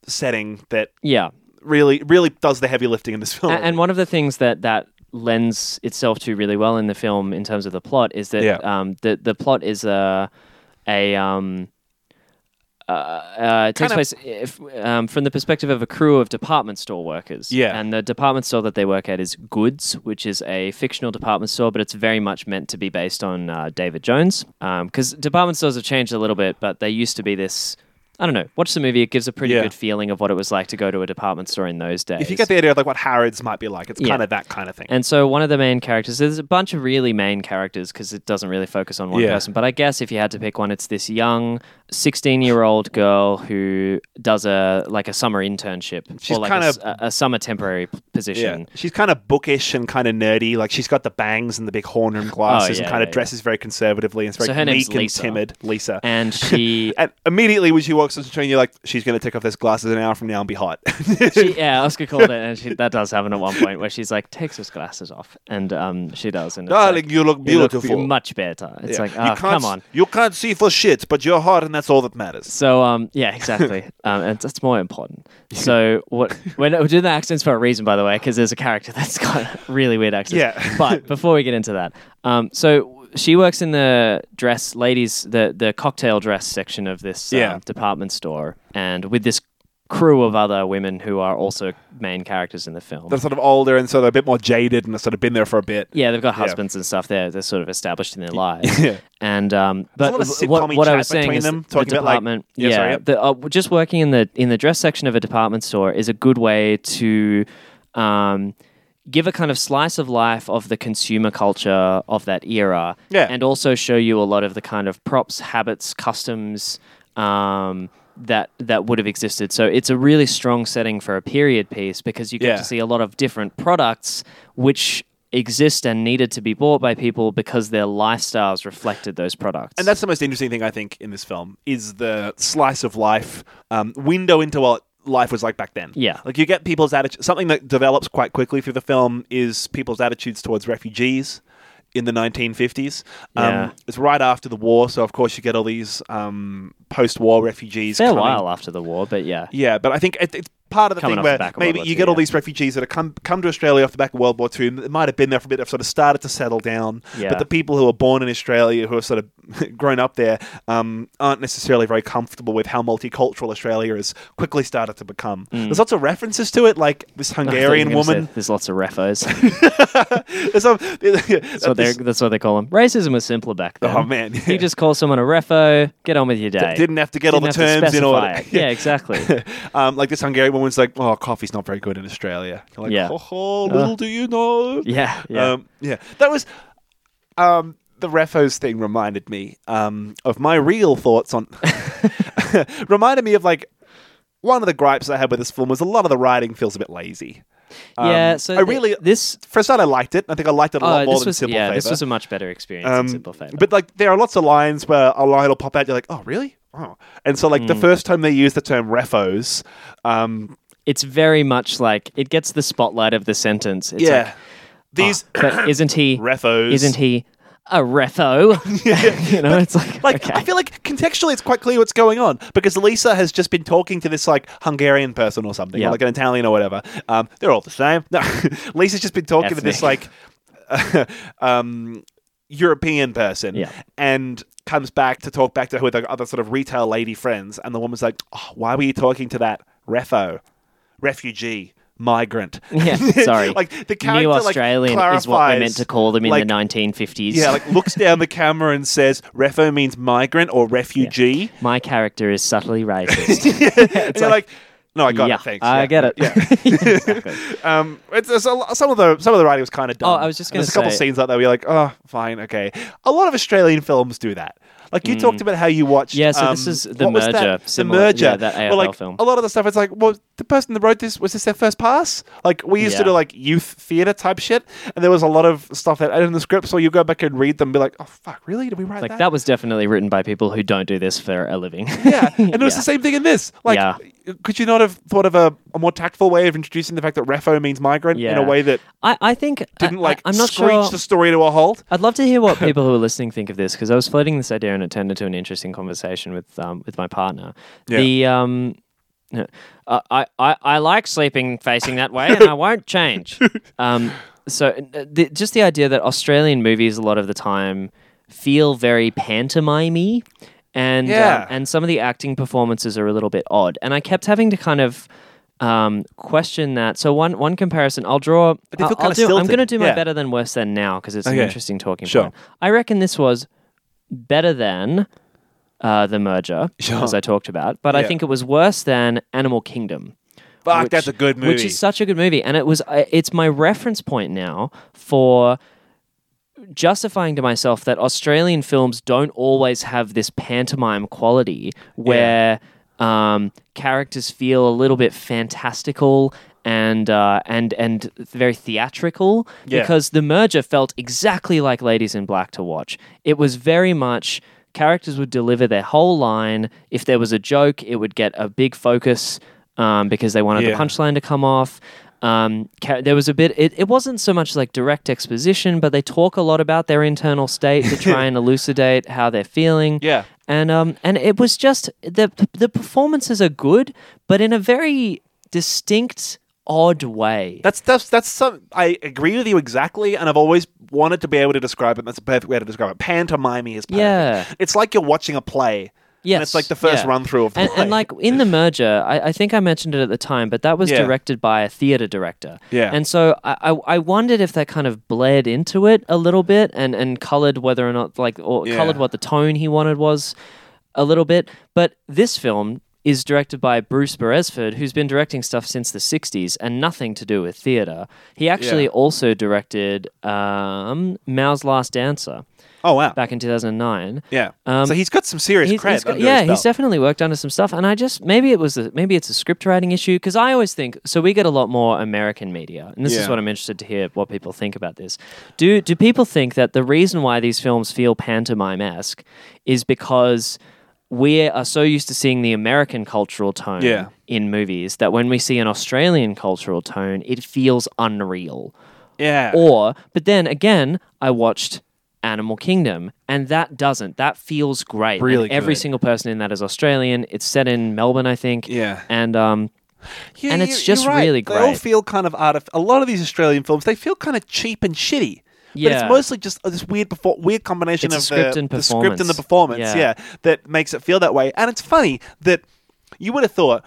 setting that Yeah. really really does the heavy lifting in this film. And, and one of the things that that lends itself to really well in the film in terms of the plot is that Yeah. um, the the plot is a a um, uh, uh, it Kinda- takes place if, um, from the perspective of a crew of department store workers. Yeah. And the department store that they work at is Goods, which is a fictional department store, but it's very much meant to be based on uh, David Jones. Because department stores have changed a little bit, but they used to be this. I don't know. Watch the movie; it gives a pretty Yeah. good feeling of what it was like to go to a department store in those days. if you get the idea of like what Harrods might be like, it's Yeah. kind of that kind of thing. And so one of the main characters, there's a bunch of really main characters because it doesn't really focus on one Yeah. person. But I guess if you had to pick one, it's this young 16 year old girl who does a like a summer internship She's or like kinda- a s- a, a summer temporary p- position. yeah. She's kind of bookish and kind of nerdy. Like she's got the bangs and the big horn rimmed glasses Oh, yeah, and kind of yeah, yeah. dresses very conservatively and it's very So her name's meek and Lisa. timid. Lisa. And- [laughs] And she, immediately when she walks into the train, you're like, she's going to take off those glasses an hour from now and be hot. [laughs] she, yeah, Oscar called it, and she, that does happen at one point where she's like takes those glasses off, and um, she does, and it's Darling, like, you look "You look beautiful. much better. It's Yeah. like, oh, can't come s- on, You can't see for shit, but you're hot, and that's all that matters. So um yeah [laughs] exactly um and that's more important. So what we're, we're doing the accents for a reason by the way because there's a character [laughs] that's got really weird accents. Yeah. but before we get into that, um so she works in the dress ladies the the cocktail dress section of this um, Yeah. department store and with this crew of other women who are also main characters in the film. They're sort of older and sort of a bit more jaded, and have sort of been there for a bit. yeah, they've got husbands and stuff. They're they're sort of established in their [laughs] lives. Yeah. And um, but lot of w- what, sitcom-y what I chat was saying between is them, the talking about, like- department. Yeah, yeah, sorry, yep. the, uh, w- just working in the in the dress section of a department store is a good way to. Um, Give a kind of slice of life of the consumer culture of that era, Yeah. and also show you a lot of the kind of props, habits, customs um, that that would have existed. So it's a really strong setting for a period piece because you get Yeah. to see a lot of different products which exist and needed to be bought by people because their lifestyles reflected those products. And that's the most interesting thing I think in this film is the slice of life um, window into what life was like back then. Yeah. like you get people's attitude. Something that develops quite quickly through the film is people's attitudes towards refugees in the 1950s. Yeah. Um, it's right after the war, so of course you get all these um, post-war refugees. fair coming- while after the war, [laughs] but yeah. Yeah, but I think it, it's part of the Coming thing off where the back of World maybe War you Two, get all yeah. these refugees that have come come to Australia off the back of World War II. That might have been there for a bit. Have sort of started to settle down, Yeah. but the people who are born in Australia, who have sort of [laughs] grown up there, um, aren't necessarily very comfortable with how multicultural Australia has quickly started to become. There's lots of references to it, like this [laughs] I thought you were Hungarian Mm. gonna say woman. there's lots [laughs] of refos. There's [laughs] some- that's, what they're- that's what they call them. Racism was simpler back then. Oh, man, yeah. [laughs] You just call someone a refo, get on with your day. didn't have to get all the Didn't have to terms in specify order. [laughs] it. Yeah, exactly. um, like this Hungarian woman's like, "Oh, coffee's not very good in Australia." You're like, Yeah. Uh-huh. "Ho ho, little do you know." yeah, yeah. Um, yeah. That was um, the refos thing reminded me um, of my real thoughts [laughs] on. [laughs] reminded me of like one of the gripes I had with this film was a lot of the writing feels a bit lazy. yeah, so um, I th- really- this For a start, I liked it. I think I liked it a lot uh, more this than was Simple yeah, Favor. this was a much better experience Um, than Simple Favor. But like, there are lots of lines where a line will Hmm. pop out. You're like, oh, really? Oh, and so like the first time they use the term refos, um, it's very much like it gets the spotlight of the sentence. It's yeah. like, oh, These but isn't [coughs] he? refos. Ah. Isn't he a refo? [laughs] you know, it's [laughs] like, Like okay. I feel like contextually, it's quite clear what's going on because Lisa has just been talking to this like Hungarian person or something, Yeah. or like an Italian or whatever. Um, they're all the same. No, [laughs] Lisa's just been talking to this like [laughs] um, European person, Yeah. and comes back to talk back to her with her other sort of retail lady friends, and the woman's like, oh, "Why were you talking to that refo, refugee, migrant?" [laughs] Yeah, sorry. like the character, New like, Australian is what we clarifies, meant to call them in like, the 1950s. yeah, like looks down the camera and says, "Refo means migrant or refugee." [laughs] my character is subtly racist. and you're like, "No, I [laughs] got yeah, it. Thanks. I yeah. get it. [laughs] [laughs] Yeah. exactly. Um, it's, it's a, lo- some of the some of the writing was kind of dumb. Oh, I was just And gonna There's a couple say- scenes like that. Where you're like, "Oh, fine, okay." A lot of Australian films do that. Like you talked about how you watched. Hmm. Yeah, so this um, is The what was that? Merger, The similar- merger. yeah, that Well, AFL like, film. A lot of the stuff. It's like, well, the person that wrote this was this their first pass? Like we used to Yeah. do like youth theater type shit, and there was a lot of stuff that in the scripts. So you go back and read them, and be like, "Oh fuck, really? Did we write Like that was definitely written by people who don't do this for a living. [laughs] [laughs] Yeah, and it was the same thing in this. Like, Yeah. could you not have thought of a, a more tactful way of introducing the fact that refo means migrant in a Yeah. way that I, I think didn't I, like I, am not screech sure. the story to a halt? I'd love to [laughs] hear what people who are listening think of this because I was floating this idea and it turned into an interesting conversation with um, with my partner. Yeah. The um, uh, I, I I like sleeping facing that way [laughs] and I won't change. Um, so uh, the, just the idea that Australian movies a lot of the time feel very pantomimey and um, Yeah. and some of the acting performances are a little bit odd and I kept having to kind of um, question that. So one one comparison I'll draw. they feel I'll- I'll kinda do- I'm stilted. going to do my Yeah. better better than worse than now because it's Okay. an interesting talking Sure. point. I reckon this was better than uh, the merger, Sure. as I talked about, but I Yeah. think it was worse than Animal Kingdom. Fuck, which- that's a good movie. Which is such a good movie, and it was I- it's my reference point now for justifying to myself that Australian films don't always have this pantomime quality where um, characters feel a little bit fantastical and uh, and and very theatrical Yeah. because the merger felt exactly like Ladies in Black to watch. It was very much characters would deliver their whole line. If there was a joke, it would get a big focus um, because they wanted Yeah. the punchline to come off. Um, ca- there was a bit. It, it wasn't so much like direct exposition, but they talk a lot about their internal state to try and elucidate how they're feeling. Yeah. and um, and it was just the the performances are good, but in a very distinct, odd way. That's that's that's some. I agree with you exactly, and I've always wanted to be able to describe it. and That's a perfect way to describe it. Pantomimey is perfect. Yeah. It's like you're watching a play. Yes, and it's like the first yeah. run through of the and, play. and like in the merger, I, I think I mentioned it at the time, but that was Yeah. directed by a theater director. Yeah. And so I, I, I wondered if that kind of bled into it a little bit and, and colored whether or not like or Yeah. colored what the tone he wanted was a little bit. But this film is directed by Bruce Beresford, who's been directing stuff since the '60s and nothing to do with theater. He actually Yeah. also directed um, Mao's Last Dancer oh wow, back in 2009 yeah. um, so he's got some serious he's- cred. he's got- under his yeah, he's belt. definitely worked under some stuff, and I just maybe it was a, maybe it's a script writing issue because I always think so. We get a lot more American media, and this Yeah. is what I'm interested to hear what people think about this. Do do people think that the reason why these films feel pantomime esque is because we are so used to seeing the American cultural tone Yeah. in movies that when we see an Australian cultural tone, it feels unreal. yeah. Or, but then again, I watched Animal Kingdom, and that doesn't. That feels great. Really And every good. single person in that is Australian. It's set in Melbourne, I think. Yeah. and um, Yeah, and you- it's you're just right. really They all great. feel kind of artif- A lot of these Australian films, they feel kind of cheap and shitty. But it's Yeah. mostly just uh, this weird, before, weird combination It's a of script the, and the script and the performance. performance. Yeah. Yeah. that makes it feel that way. And it's funny that you would have thought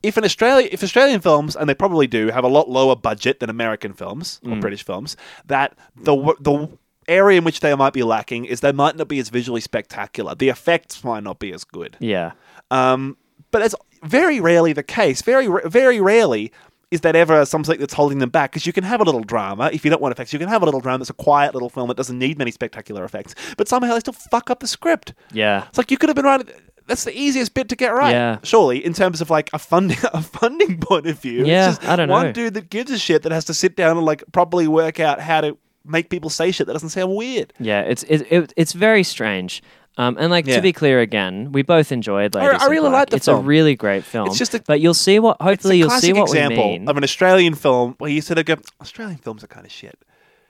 if an Australia, if Australian films, and they probably do, have a lot lower budget than American films Mm. or British films, that the w- the area in which they might be lacking is they might not be as visually spectacular. The effects might not be as good. yeah, Um, but it's very rarely the case. Very, ra- very rarely is that ever something that's holding them back. Because you can have a little drama if you don't want effects. You can have a little drama that's a quiet little film that doesn't need many spectacular effects. But somehow they still fuck up the script. yeah. It's like you could have been right. That's the easiest bit to get right, Yeah. surely, in terms of like a funding [laughs] a funding point of view. It's Yeah, just I don't One know. dude that gives a shit that has to sit down and like properly work out how to make people say shit that doesn't sound weird. Yeah, it's it, it, it's very strange. Um, and like Yeah. to be clear again, we both enjoyed Ladies I in really Black. liked the It's film. a really great film. It's just a- but you'll see what. It's a Hopefully, you'll see classic what example we mean. of an Australian film where you sort of go, Australian films are kind of shit.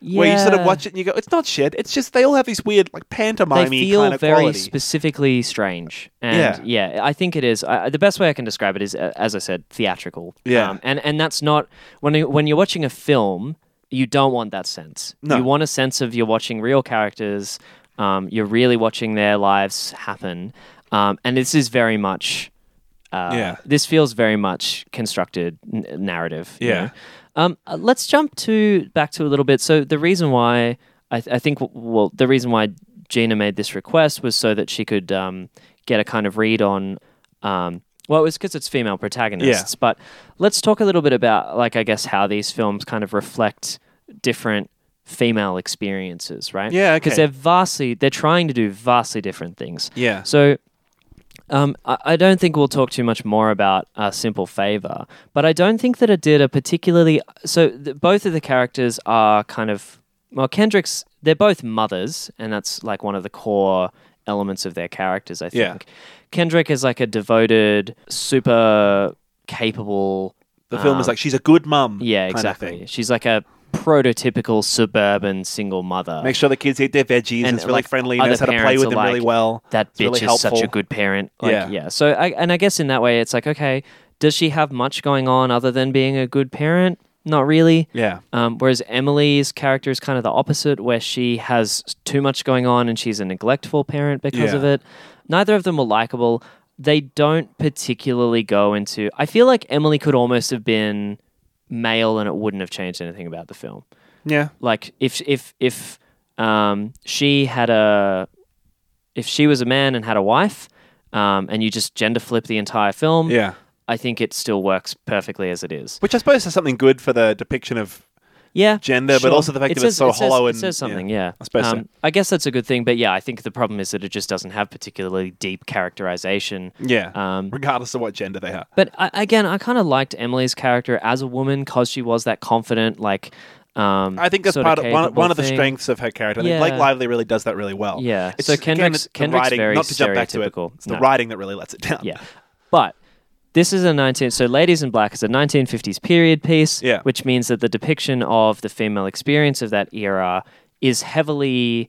yeah. Where you sort of watch it and you go, it's not shit. It's just they all have these weird like They pantomime feel kind of very quality. specifically strange, and yeah. I think it is. I, the best way I can describe it is, uh, as I said, theatrical. Um, Yeah. and and that's not when you, when you're watching a film, you don't want that sense. No. You want a sense of you're watching real characters. Um, you're really watching their lives happen, um, and this is very much Uh, Yeah. This feels very much constructed n- narrative. you Yeah. know? Um, uh, let's jump to back to a little bit. So the reason why I, th- I think w- well the reason why Gina made this request was so that she could um, get a kind of read on. Um, well, it was because it's female protagonists, but let's talk a little bit about like I guess how these films kind of reflect different female experiences, right? Yeah, okay. Because they're vastly they're trying to do vastly different things. yeah. So, um, I, I don't think we'll talk too much more about uh, Simple Favor, but I don't think that it did a particularly. So, th- both of the characters are kind of. Well, Kendrick's. They're both mothers, and that's like one of the core elements of their characters, I Yeah. think. Kendrick is like a devoted, super capable. The film is like she's a good mum. Um, Yeah, kind exactly. Of thing. She's like a prototypical suburban single mother. Make sure the kids eat their veggies. And, it's really like, friendly. other Knows how to play parents with are them really like, well. that It's bitch really is helpful. such a good parent. Like, Yeah. yeah. So, I, and I guess in that way, it's like, okay, does she have much going on other than being a good parent? Not really. Yeah. Um, whereas Emily's character is kind of the opposite, where she has too much going on and she's a neglectful parent because Yeah. of it. Neither of them were likable. They don't particularly go into. I feel like Emily could almost have been male and it wouldn't have changed anything about the film Yeah. like if if if um, she had a if she was a man and had a wife um, and you just gender flip the entire film Yeah. i think it still works perfectly as it is Which I suppose is something good for the depiction of yeah gender, but sure. also the fact It that it's says- so it says- hollow it and says something yeah, Um, I suppose so. i guess that's a good thing but yeah i think the problem is that it just doesn't have particularly deep characterization Yeah. um, Regardless of what gender they are. But I, again, I kind of liked Emily's character as a woman because she was that confident, like. Um, I think that's sorta part of one, capable one of the thing. strengths of her character. I think Yeah. Blake Lively really does that really well. Yeah. It's So just, again, Kendrick's- it's the Kendrick's writing, very not to jump back to it. stereotypical. It's the No. writing that really lets it down. Yeah. But this is a 19 so Ladies in Black is a 1950s period piece, Yeah. which means that the depiction of the female experience of that era is heavily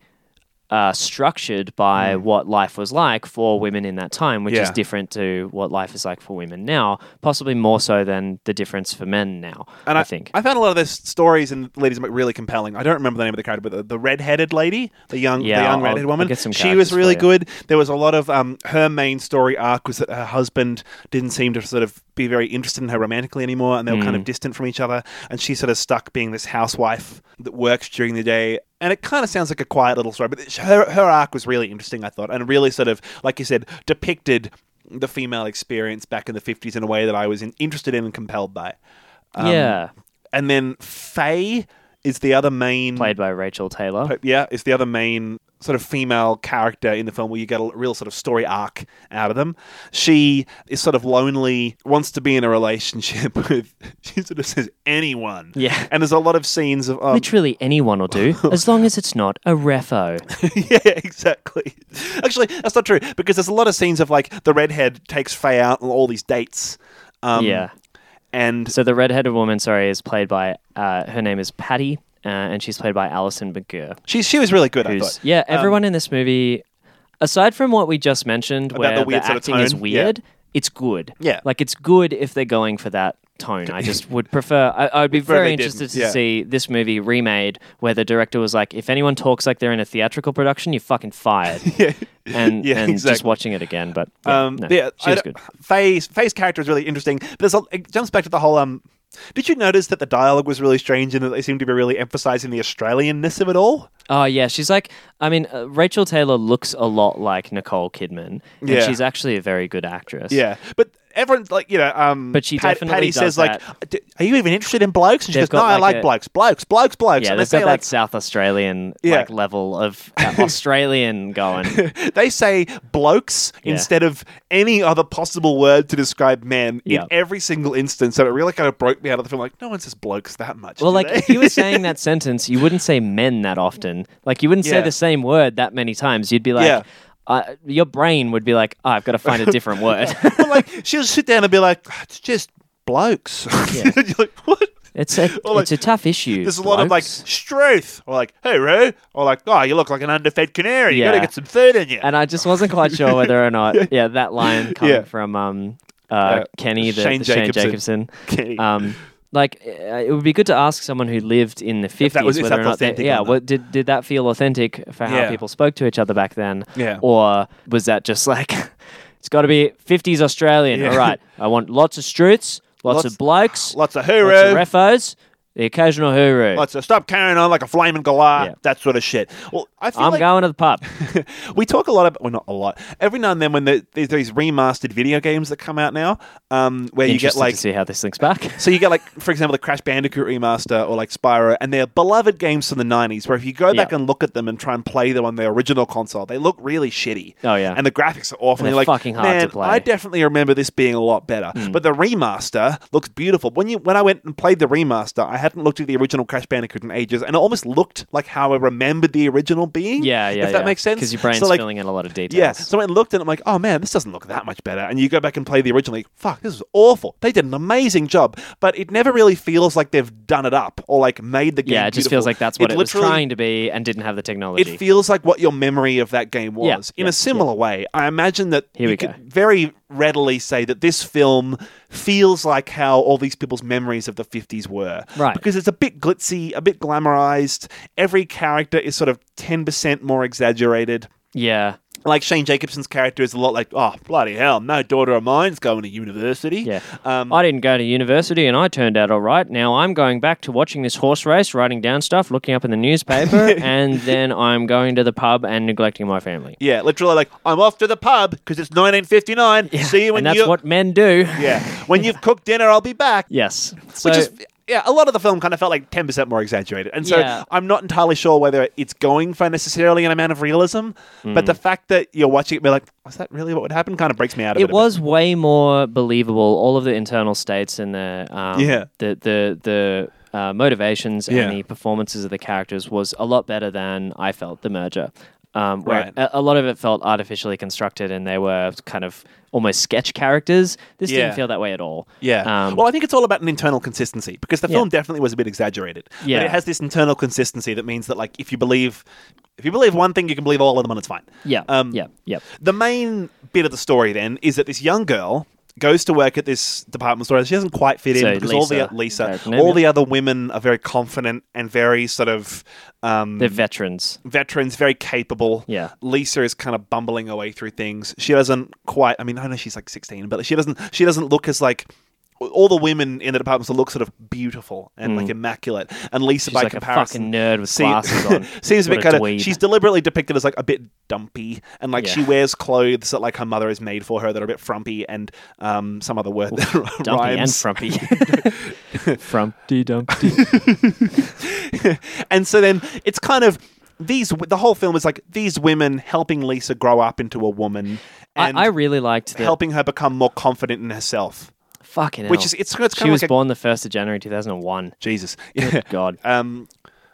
uh, structured by what life was like for women in that time, which is Hmm. Yeah. different to what life is like for women now, possibly more so than the difference for men now. And I, think. I found a lot of those stories and ladies like, really compelling. I don't remember the name of the character, but the, the red-headed lady, the young, Yeah, the young I'll- redheaded I'll woman, get some she was characters really for you. good. There was a lot of um, her main story arc was that her husband didn't seem to sort of be very interested in her romantically anymore, and they were kind of Mm. distant from each other. And she's sort of stuck being this housewife that works during the day. And it kind of sounds like a quiet little story, but it- her her arc was really interesting, I thought, and really sort of, like you said, depicted the female experience back in the 50s in a way that I was in, interested in and compelled by. um, yeah. And then Faye is the other main. Played by Rachel Taylor. Yeah, is the other main sort of female character in the film where you get a real sort of story arc out of them. She is sort of lonely, wants to be in a relationship [laughs] with. She sort of says anyone. Yeah. And there's a lot of scenes of. Um, Literally anyone will do, as long as it's not a refo. yeah, exactly. Actually, that's not true because there's a lot of scenes of like the redhead takes Faye out on all these dates. [laughs] Um, yeah. And So the redheaded woman, sorry, is played by uh, her name is Patty, uh, and she's played by Alison McGuire. she, she was really good, I Who's thought. um, yeah, everyone in this movie, aside from what we just mentioned, where the the, weird sort of acting is tone, yeah. weird, it's good. Yeah. like it's good if they're going for that tone. I just would prefer. I, I would be prefer they very didn't, interested to yeah. see this movie remade, where the director was like, "If anyone talks like they're in a theatrical production, you're fucking fired." yeah. And, [laughs] Yeah, and just exactly. watching it again, but yeah, Um, no, yeah, she I was don't- good. Faye's, Faye's character is really interesting. But there's a, it jumps back to the whole. Um, did you notice that the dialogue was really strange and that they seemed to be really emphasizing the Australianness of it all? Oh yeah, she's like. I mean, uh, Rachel Taylor looks a lot like Nicole Kidman, and Yeah. she's actually a very good actress. Yeah, but everyone's like, you know, um, But she Pat- definitely Patty does says like, "D- "Are you even interested in blokes?" And she They've goes, "No, got I like like a- blokes, blokes, blokes, blokes." yeah. and they they've say got like, that South Australian Yeah. like level of [laughs] uh, Australian going. they say blokes instead of any other possible word to describe men Yeah. in every single instance. So it really kind of broke me out of the film. Like, no one says blokes that much. Well, do like they? if you were saying that sentence, you wouldn't say men that often. Like you wouldn't Yeah. say the same word that many times. You'd be like, Yeah. I, your brain would be like, oh, I've got to find a different word. [laughs] [laughs] but like she'll sit down and be like, "Ah, it's just blokes. [laughs] You're like, what? it's a Well, like, it's a tough issue. There's a lot of like blokes. Struth, or like, hey Roo, or like, oh, you look like an underfed canary. You Yeah. gotta get some food in you. and I just wasn't quite sure whether or [laughs] not yeah, that line coming Yeah. from um uh, Uh, Kenny the Shane the Shane Jacobson. Jacobson. Kenny. Um, like uh, it would be good to ask someone who lived in the fifties was- if whether that's or not they- authentic or yeah, not. what did did that feel authentic for how Yeah. people spoke to each other back then? Yeah. or was that just like [laughs] it's got to be fifties Australian? Yeah. All right, I want lots of struts, lots, Lots- of blokes, lots of lots of hooroo. refos, the occasional hooroo. lots of stop carrying on like a flaming galah, Yeah. that sort of shit. Well, I feel I'm like going to [laughs] the pub. we talk a lot about, well, not a lot. Every now and then, when the, there's these remastered video games that come out now, um, where you get Interested like to see how this links back. So you get like, for example, the Crash Bandicoot remaster or like Spyro, and they're beloved games from the '90s. Where if you go back Yeah. and look at them and try and play them on their original console, they look really shitty. Oh, yeah. and the graphics are awful. And you're like, they're fucking hard to "Man, play." Mm. I definitely remember this being a lot better. But the remaster looks beautiful. When you when I went and played the remaster, I hadn't looked at the original Crash Bandicoot in ages, and it almost looked like how I remembered the original being. Yeah, [laughs] yeah. If that yeah. makes sense, Because your brain's So, like, filling in a lot of details. yeah, so I went and looked and I'm like, oh man, this doesn't look that much better. And you go back and play the original, like, fuck, this is awful. They did an amazing job, but it never really feels like they've done it up or like made the game. Yeah, it just feels beautiful. like that's what it, was literally- trying to be and didn't have the technology. It feels like what your memory of that game was. Yeah, In yeah, a similar way, I imagine that Here you we go. could very readily say that this film feels like how all these people's memories of the 50s were. Right. Because it's a bit glitzy, a bit glamorized. Every character is sort of 10% more exaggerated yeah, like Shane Jacobson's character is a lot like, oh bloody hell, no daughter of mine's going to university. yeah. Um, I didn't go to university and I turned out all right. Now I'm going back to watching this horse race, writing down stuff, looking up in [laughs] the newspaper, and then I'm going to the pub and neglecting my family. yeah, literally like I'm off to the pub because it's 1959. See you when and that's you. what men do. [laughs] yeah, when you've cooked dinner, I'll be back. Yes. So Which is yeah, a lot of the film kind of felt like 10% more exaggerated. And so Yeah. I'm not entirely sure whether it's going for necessarily an amount of realism, Hmm. but the fact that you're watching it be like, was that really what would happen? Kind of breaks me out of it. it a bit. was way more believable. All of the internal states and the um, Yeah. the the the uh, motivations Yeah. and the performances of the characters was a lot better than I felt the merger. Um, where Right. a, a lot of it felt artificially constructed, and they were kind of almost sketch characters. This Yeah. didn't feel that way at all. Yeah. Um, well, I think it's all about an internal consistency because the Yeah. film definitely was a bit exaggerated. Yeah. But it has this internal consistency that means that like if you believe if you believe one thing, you can believe all of them and it's fine. yeah. Um, yeah. Yeah. The main bit of the story then is that this young girl goes to work at this department store. She doesn't quite fit So, in because all Lisa. the Lisa, Her name, all yeah. the other women are very confident and very sort of um, They're veterans. veterans, very capable. Yeah. Lisa is kind of bumbling her way through things. She doesn't quite. I mean, I know she's like sixteen, but she doesn't. She doesn't look as like. All the women in the department store look sort of beautiful and like immaculate, and Lisa Mm. She's by like comparison, a fucking nerd with see- glasses on. [laughs] seems a What bit kind dweeb. of. She's deliberately depicted as like a bit dumpy, and like Yeah. she wears clothes that like her mother has made for her that are a bit frumpy and um some other word [laughs] that dumpy and rhymes. [laughs] frumpy. Frumpty dumpty. and so then it's kind of these the whole film is like these women helping Lisa grow up into a woman and I, I really liked the helping her become more confident in herself. fucking. Which hell. is it's it's Oh. She kind was of like born the first of January two thousand and one. a, Jesus. [laughs] Yeah. God. Um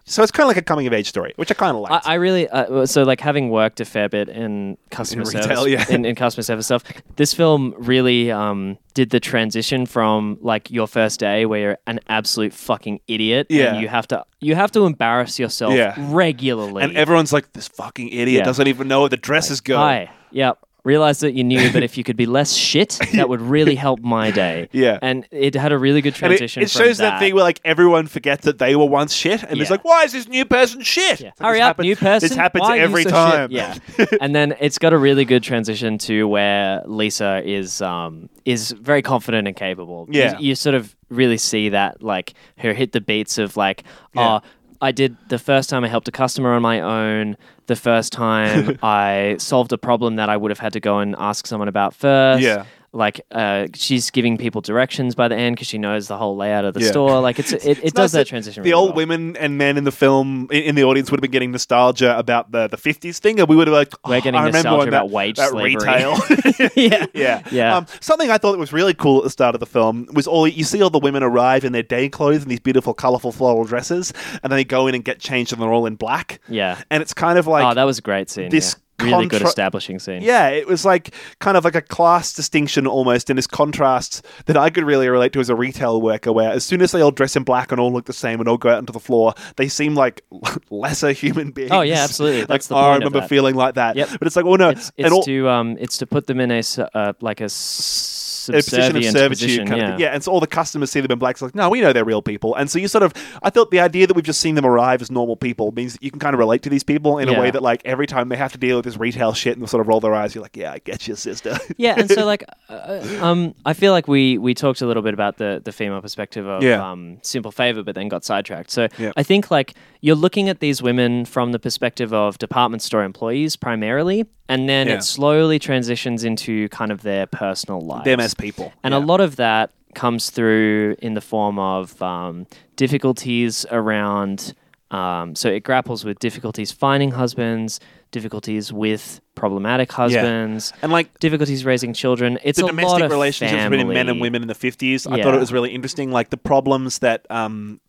so it's kind of like a coming of age story, which I kind of I, liked. I really uh, so like having worked a fair bit in customer In service retail, yeah. in, in customer service stuff. This film really um, did the transition from like your first day where you're an absolute fucking idiot Yeah. and you have to you have to embarrass yourself Yeah. regularly. and everyone's like, "This fucking idiot Yeah. doesn't even know where the dresses go." Hi. Yep. Realized that you knew, but if you could be less shit, that would really help my day. [laughs] Yeah. And it had a really good And it, transition. it from shows that. that thing where like everyone forgets that they were once shit, and it's Yeah. like, "Why is this new person shit?" It's like, Hurry this up, happens- new person. This happens Why are you every so shit? time. Yeah, [laughs] and then it's got a really good transition to where Lisa is um is very confident and capable. You- Yeah. you, sort of really see that like her hit the beats of like Yeah. oh. I did the first time I helped a customer on my own. The first [laughs] time I solved a problem that I would have had to go and ask someone about first. Yeah. Like uh, she's giving people directions by the end because she knows the whole layout of the Yeah. store. Like it's it, it It's does nice that transition. The really old well. women and men in the film, in, in the audience, would have been getting nostalgia about the, the 50s thing, and we would have like, oh, We're getting I remember nostalgia when about that, wage that slavery. [laughs] retail. [laughs] [laughs] yeah. yeah, Yeah. Um, something I thought that was really cool at the start of the film was all you see all the women arrive in their day clothes and these beautiful, colorful floral dresses, and then they go in and get changed, and they're all in black. Yeah. and it's kind of like oh, that was a great scene. this really good contra- establishing scene. Yeah, it was like kind of like a class distinction almost, and this contrast that I could really relate to as a retail worker, where as soon as they all dress in black and all look the same and all go out onto the floor, they seem like [laughs] lesser human [laughs] beings. Oh, yeah, absolutely. like That's the I point of remember that. feeling like that. Yep. But it's like, oh no, It's, and it's all, to um, it's to put them in a s- uh, like a, s- a position of subservient servitude position, kind of yeah. thing. Yeah, and so all the customers see them in black. It's like, no, we know they're real people. And so you sort of, I thought the idea that we've just seen them arrive as normal people means that you can kind of relate to these people in a Yeah. way that, like, every time they have to deal with this retail shit and sort of roll their eyes, you're like, yeah, I get you, sister. yeah, and so like, uh, um, I feel like we we talked a little bit about the the female perspective of Yeah. um, simple favor, but then got sidetracked. So Yeah. I think like you're looking at these women from the perspective of department store employees primarily, and then Yeah. it slowly transitions into kind of their personal [laughs] lives, them as people. and a lot of that comes through in the form of um, difficulties around. Um, so it grapples with difficulties finding husbands, difficulties with problematic husbands, And like difficulties raising children. It's the a domestic lot of relationships between men and family. women in the 50s, I thought it Yeah. was really interesting. Like the problems that um,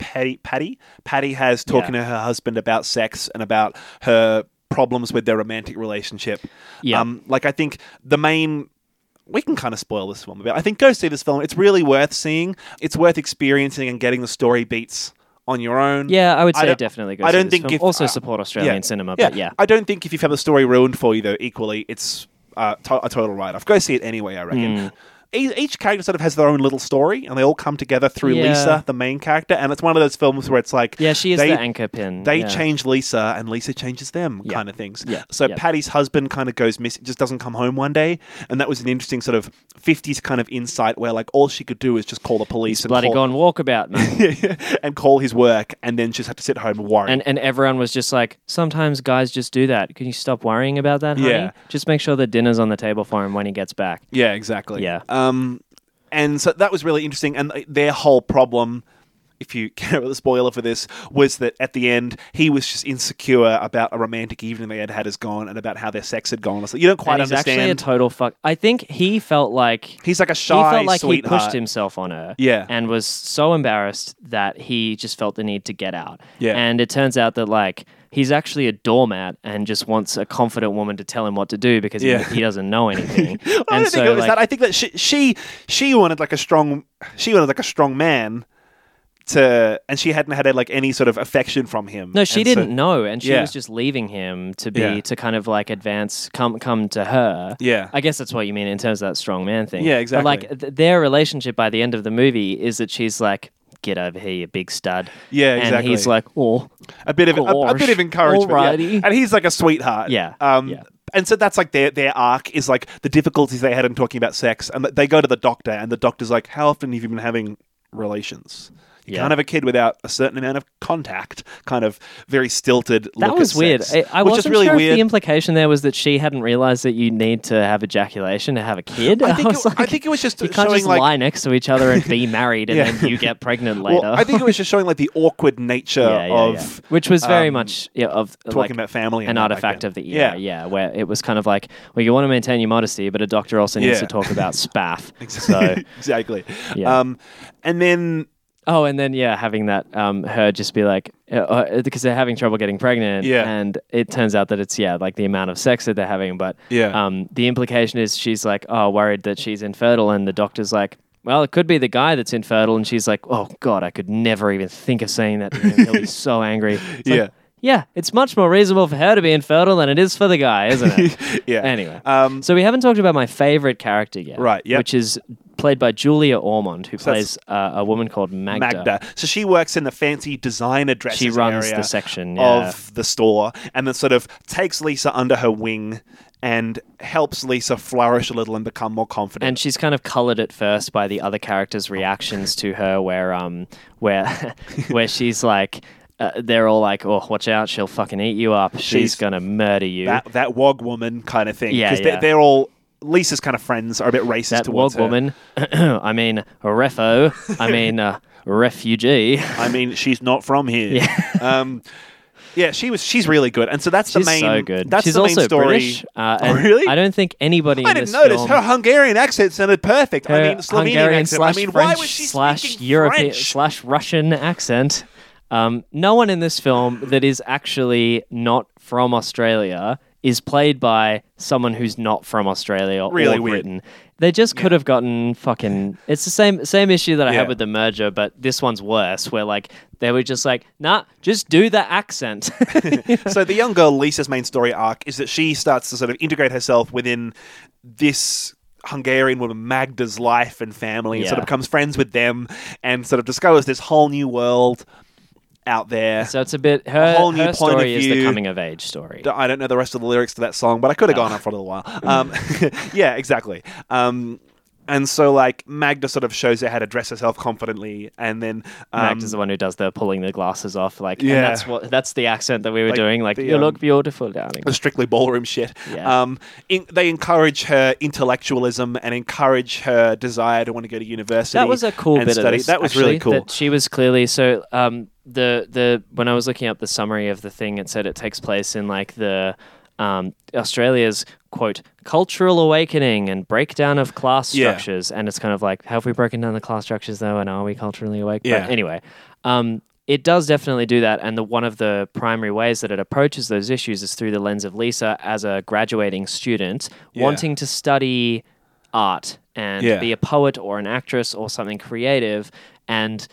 Patty, Patty, Patty has talking Yeah. to her husband about sex and about her problems with their romantic relationship. Yeah. Um, like I think the main. We can kind of spoil this film a bit. I think go see this film. It's really worth seeing. It's worth experiencing and getting the story beats on your own. Yeah, I would I say don't- definitely. Go I see don't this think film. if- also I- support Australian cinema. But yeah, I don't think if you've had the story ruined for you, though, equally, it's uh, to- a total write off. Go see it anyway, I reckon. Hmm. E- Each character sort of has their own little story, and they all come together through Yeah. Lisa, the main character. And it's one of those films where it's like, yeah, she is they, the anchor pin. They yeah. change Lisa, and Lisa changes them, kind of things. Yeah. So Yeah. Patty's husband kind of goes missing, just doesn't come home one day, and that was an interesting sort of '50s kind of insight where like all she could do is just call the police and Bloody call, gone walkabout. man. [laughs] and call his work, and then just have to sit home and worry. And and everyone was just like, sometimes guys just do that. Can you stop worrying about that, honey? Yeah. Just make sure the dinner's on the table for him when he gets back. Yeah, exactly. Yeah. Um, and so that was really interesting. And uh, their whole problem, if you [laughs] care about the spoiler for this, was that at the end he was just insecure about a romantic evening they had had has gone and about how their sex had gone. It's like, you don't quite And he's actually a understand. total fuck. I think he felt like he's like a he shy felt like sweetheart. he pushed himself on her. Yeah. And was so embarrassed that he just felt the need to get out. Yeah. And it turns out that like he's actually a doormat and just wants a confident woman to tell him what to do because he- Yeah. he, doesn't know anything. and [laughs] I don't so think it was [laughs] like, that. I think that she, she she wanted like a strong she wanted like a strong man to, and she hadn't had like any sort of affection from him. no, she And so- didn't know, and she Yeah. was just leaving him to be Yeah. to kind of like advance, come come to her. yeah, I guess that's what you mean in terms of that strong man thing. Yeah, But, exactly. like th- their relationship by the end of the movie is that she's like, "Get over here, you big stud." Yeah, And exactly. he's like, "Oh, a bit of a, a Gosh. bit of encouragement. yeah. Alrighty. And he's like a sweetheart. Yeah, Um, yeah. And so that's like their their arc is like the difficulties they had in talking about sex, and they go to the doctor, and the doctor's like, "How often have you been having relations?" You Yeah. can't have a kid without a certain amount of contact. Kind of very stilted. that look was at weird." sex, I, I which wasn't is really sure if weird. the implication there was that she hadn't realized that you need to have ejaculation to have a kid. I think, was it, [laughs] like, I think it was just you can't showing just like lie next to each other and [laughs] be married, and Yeah. then you [laughs] get pregnant later. well, I think it was just showing like the awkward nature yeah, yeah, of yeah. which was very um, much yeah, of talking like, about family and an that back artifact then. of the era, yeah. where it was kind of like, well, you want to maintain your modesty, but a doctor also needs Yeah. to [laughs] talk about spaff. Exactly. So, [laughs] exactly. Yeah. Um, and then oh, and then yeah, having that um, her just be like, uh, uh, because they're having trouble getting pregnant, Yeah. and it turns out that it's yeah, like the amount of sex that they're having, but Yeah. um, the implication is she's like, oh, worried that she's infertile, and the doctor's like. Well, it could be the guy that's infertile, and she's like, "Oh God, I could never even think of saying that. To him. [laughs] He'll be so angry." It's like, Yeah. yeah, it's much more reasonable for her to be infertile than it is for the guy, isn't [laughs] it? yeah. Anyway, Um, so we haven't talked about my favorite character yet, Right, yep. Which is played by Julia Ormond, who that's- plays uh, a woman called Magda. Magda. So she works in the fancy designer dresses. She runs area the section yeah. of the store, and then sort of takes Lisa under her wing and helps Lisa flourish a little and become more confident. and she's kind of colored at first by the other characters' reactions to her, where um, where [laughs] where she's like, uh, they're all like, "Oh, watch out, she'll fucking eat you up. She's, She's- gonna murder you." that that wog woman kind of thing. Yeah, 'Cause they- yeah. they're all Lisa's kind of friends are a bit racist that towards wog her. woman. [clears throat] I mean, refo. [laughs] I mean, uh, refugee. I mean, she's not from here. [laughs] Yeah. um, yeah, she was. She's really good, and so that's She's the main. so good. That's She's the main also story. British. Uh, Oh, and really? I don't think anybody. I in didn't this notice film, her Hungarian accent sounded perfect. I her mean, Slovenian Uh, Hungarian accent. slash I mean, French why was she slash speaking European French? slash Russian accent. Um, no one in this film that is actually not from Australia is played by someone who's not from Australia or Really weird. Britain. They just could have gotten fucking. It's the same same issue that I Yeah. had with the merger, but this one's worse. Where like they were just like, nah, just do the accent. [laughs] [laughs] so the young girl Lisa's main story arc is that she starts to sort of integrate herself within this Hungarian woman Magda's life and family, and sort of Yeah. becomes friends with them, and sort of discovers this whole new world out there. so it's a bit her, whole new her point of story is the view. coming of age story. I don't know the rest of the lyrics to that song, but I could have gone on for a little [laughs] while. Um, [laughs] yeah, exactly. Um, and so, like, Magda sort of shows her how to dress herself confidently, and then um, Max is the one who does the pulling the glasses off. Like, Yeah. and that's what that's the accent that we were doing. Like, the, you um, look beautiful, darling. the [laughs] strictly ballroom shit. Yeah. Um, in, they encourage her intellectualism and encourage her desire to want to go to university. That was a cool and bit study. of this, that was actually, really cool. That she was clearly so. Um, the the when I was looking up the summary of the thing, it said it takes place in like the um, Australia's quote cultural awakening and breakdown of class Yeah. structures, and it's kind of like have we broken down the class structures though, and are we culturally awake? Yeah. But anyway, um, it does definitely do that, and the one of the primary ways that it approaches those issues is through the lens of Lisa as a graduating student Yeah. wanting to study art and Yeah. be a poet or an actress or something creative and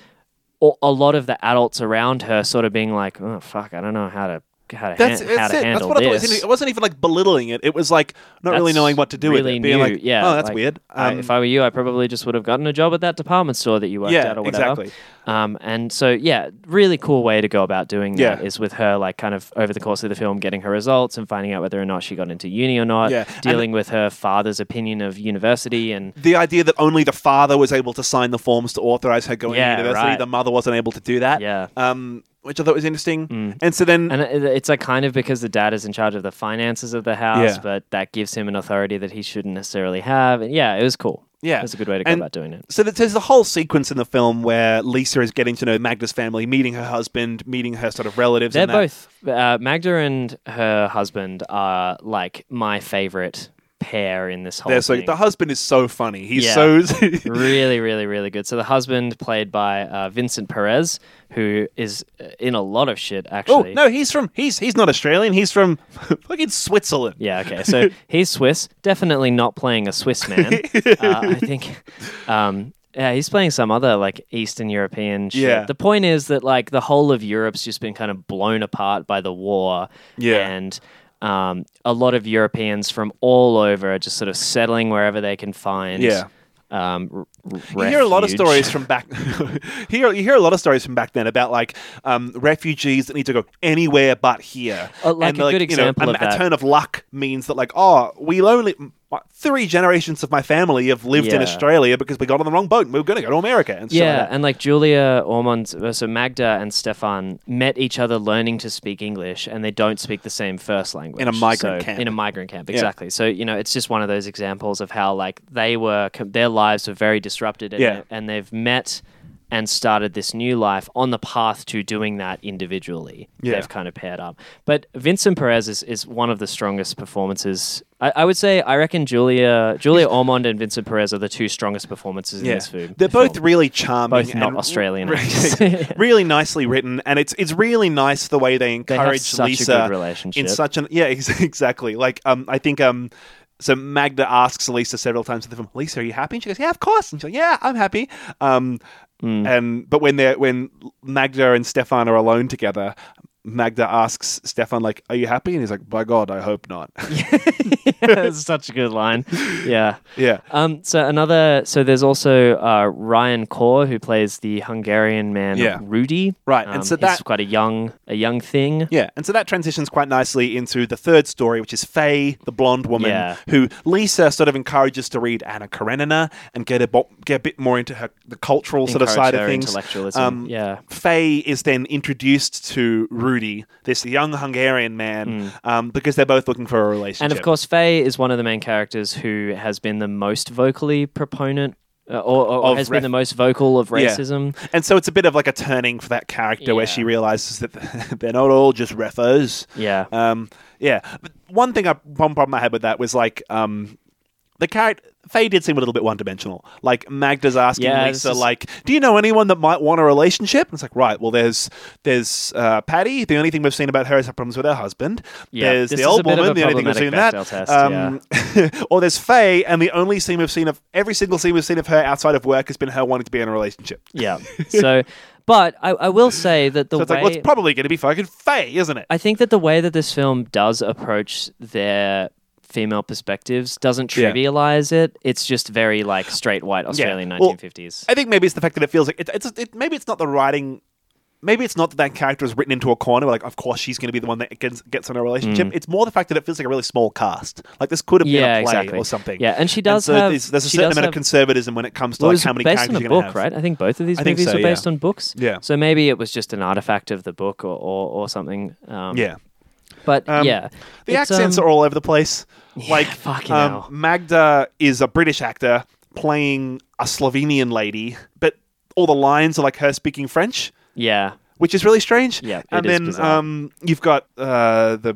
a a lot of the adults around her sort of being like oh fuck i don't know how to how to, that's, han- how that's to it. That's handle what I thought was this interesting. It wasn't even like belittling it. It was like not really That's knowing what to do with really it. Being new, like, yeah, oh, that's like, weird. I- Um, if I were you, I probably just would have gotten a job at that department store that you worked Yeah, at or whatever. exactly. Um, and so, yeah, really cool way to go about doing Yeah. that is with her, like, kind of over the course of the film, getting her results and finding out whether or not she got into uni or not, Yeah, and- dealing with her father's opinion of university and the idea that only the father was able to sign the forms to authorize her going Yeah, to university, right. the mother wasn't able to do that. Yeah. Mm. Um, which I thought was interesting. And so then, And it- it's like kind of because the dad is in charge of the finances of the house, Yeah. but that gives him an authority that he shouldn't necessarily have. And yeah, it was cool. Yeah. It was a good way to go And- about doing it. so that there's a whole sequence in the film where Lisa is getting to know Magda's family, meeting her husband, meeting her sort of relatives. They're and that. both, uh, Magda and her husband are like my favorite pair in this whole They're so thing. the husband is so funny. He's Yeah. so [laughs] [laughs] really, really, really good. So the husband, played by uh, Vincent Perez, who is uh, in a lot of shit, oh actually. no, he's from he's he's not Australian. He's from [laughs] fucking Switzerland. Yeah, okay. [laughs] So he's Swiss, definitely not playing a Swiss man. uh, I think. Um, yeah, he's playing some other like Eastern European shit. Yeah. The point is that like the whole of Europe's just been kind of blown apart by the war. Yeah. And um, a lot of Europeans from all over are just sort of settling wherever they can find. Yeah. Um, r- r- You hear a lot of refuge. stories from back. [laughs] here, you hear a lot of stories from back then about like um, refugees that need to go anywhere but here. Uh, like and, a good example you know, of a, a that- turn of luck means that like, oh, we only three generations of my family have lived in Yeah. Australia because we got on the wrong boat. and We were going to go to America. And shit like yeah, that. and like Julia Ormond, uh, so Magda and Stefan met each other learning to speak English, and they don't speak the same first language In a migrant So- camp. In a migrant camp, exactly. So you know, it's just one of those examples of how like they were, com- their lives were very disrupted, and, Yeah. and they've met and started this new life on the path to doing that individually. Yeah. They've kind of paired up. But Vincent Perez is, is one of the strongest performances. I, I would say I reckon Julia Julia Ormond and Vincent Perez are the two strongest performances in Yeah. this film. They're film. both really charming, Both not and Australian re- actors. [laughs] [laughs] really nicely written, and it's it's really nice the way they have encourage such a Lisa good relationship. in such an yeah ex- [laughs] exactly like um I think um so Magda asks Lisa several times in the film, Lisa, are you happy? And she goes, Yeah, of course. And she's like, Yeah, I'm happy. Um, Hmm. and but when they're when Magda and Stefan are alone together. Magda asks Stefan, like, are you happy? And he's like, by God, I hope not. [laughs] [laughs] That's such a good line. Yeah. yeah. Um, so another, so there's also uh, Ryan Kaur who plays the Hungarian man Yeah. Rudy. Right, and Um, so he's that- quite a young, a young thing. Yeah, and so that transitions quite nicely into the third story, which is Faye, the blonde woman, Yeah. who Lisa sort of encourages to read Anna Karenina and get a bo- get a bit more into her the cultural sort of Encourage side of their things. Um, intellectualism. yeah. Faye is then introduced to Rudy, this young Hungarian man, um, because they're both looking for a relationship. Hmm. And of course, Faye is one of the main characters who has been the most vocally proponent, uh, or, or Of has ref- been the most vocal of racism. And so it's a bit of like a turning for that character where Yeah. she realizes that [laughs] they're not all just refos. Yeah. Um, yeah. But one thing I one problem I had with that was like um, the character Faye did seem a little bit one dimensional. Like Magda's asking Yeah, this Lisa, is- like, "Do you know anyone that might want a relationship?" And it's like, right, well, there's there's uh, Patty. The only thing we've seen about her is her problems with her husband. Yeah, there's this the is old a bit of woman. a The only thing we've seen in that. um, problematic Bechdel [laughs] or there's Faye, and the only scene we've seen of every single scene we've seen of her outside of work has been her wanting to be in a relationship. [laughs] Yeah. So, but I, I will say that the So it's way like, well, it's probably going to be fucking Faye, isn't it? I think that the way that this film does approach their female perspectives doesn't Yeah. trivialize it. It's just very like straight white Australian Well, 1950s. I think maybe it's the fact that it feels like it, it's it, maybe it's not the writing. Maybe it's not that that character is written into a corner. where, Like, of course, she's going to be the one that gets, gets in a relationship. It's more the fact that it feels like a really small cast. Like this could have Mm. yeah, been a play exactly. or something. Yeah, and she does so have. there's, there's a she certain does amount have, of conservatism when it comes to well, like it was how many based on characters a you're going to book, have. right? I think both of these I think movies so, were based yeah. on books. Yeah. So maybe it was just an artifact of the book or or, or something. Um, Yeah. But Um, yeah, um, The accents are all over the place. like um, fucking hell. Magda is a British actor playing a Slovenian lady, but all the lines are like her speaking French. Yeah. which is really strange. Yeah, it and is then bizarre. um, you've got uh, the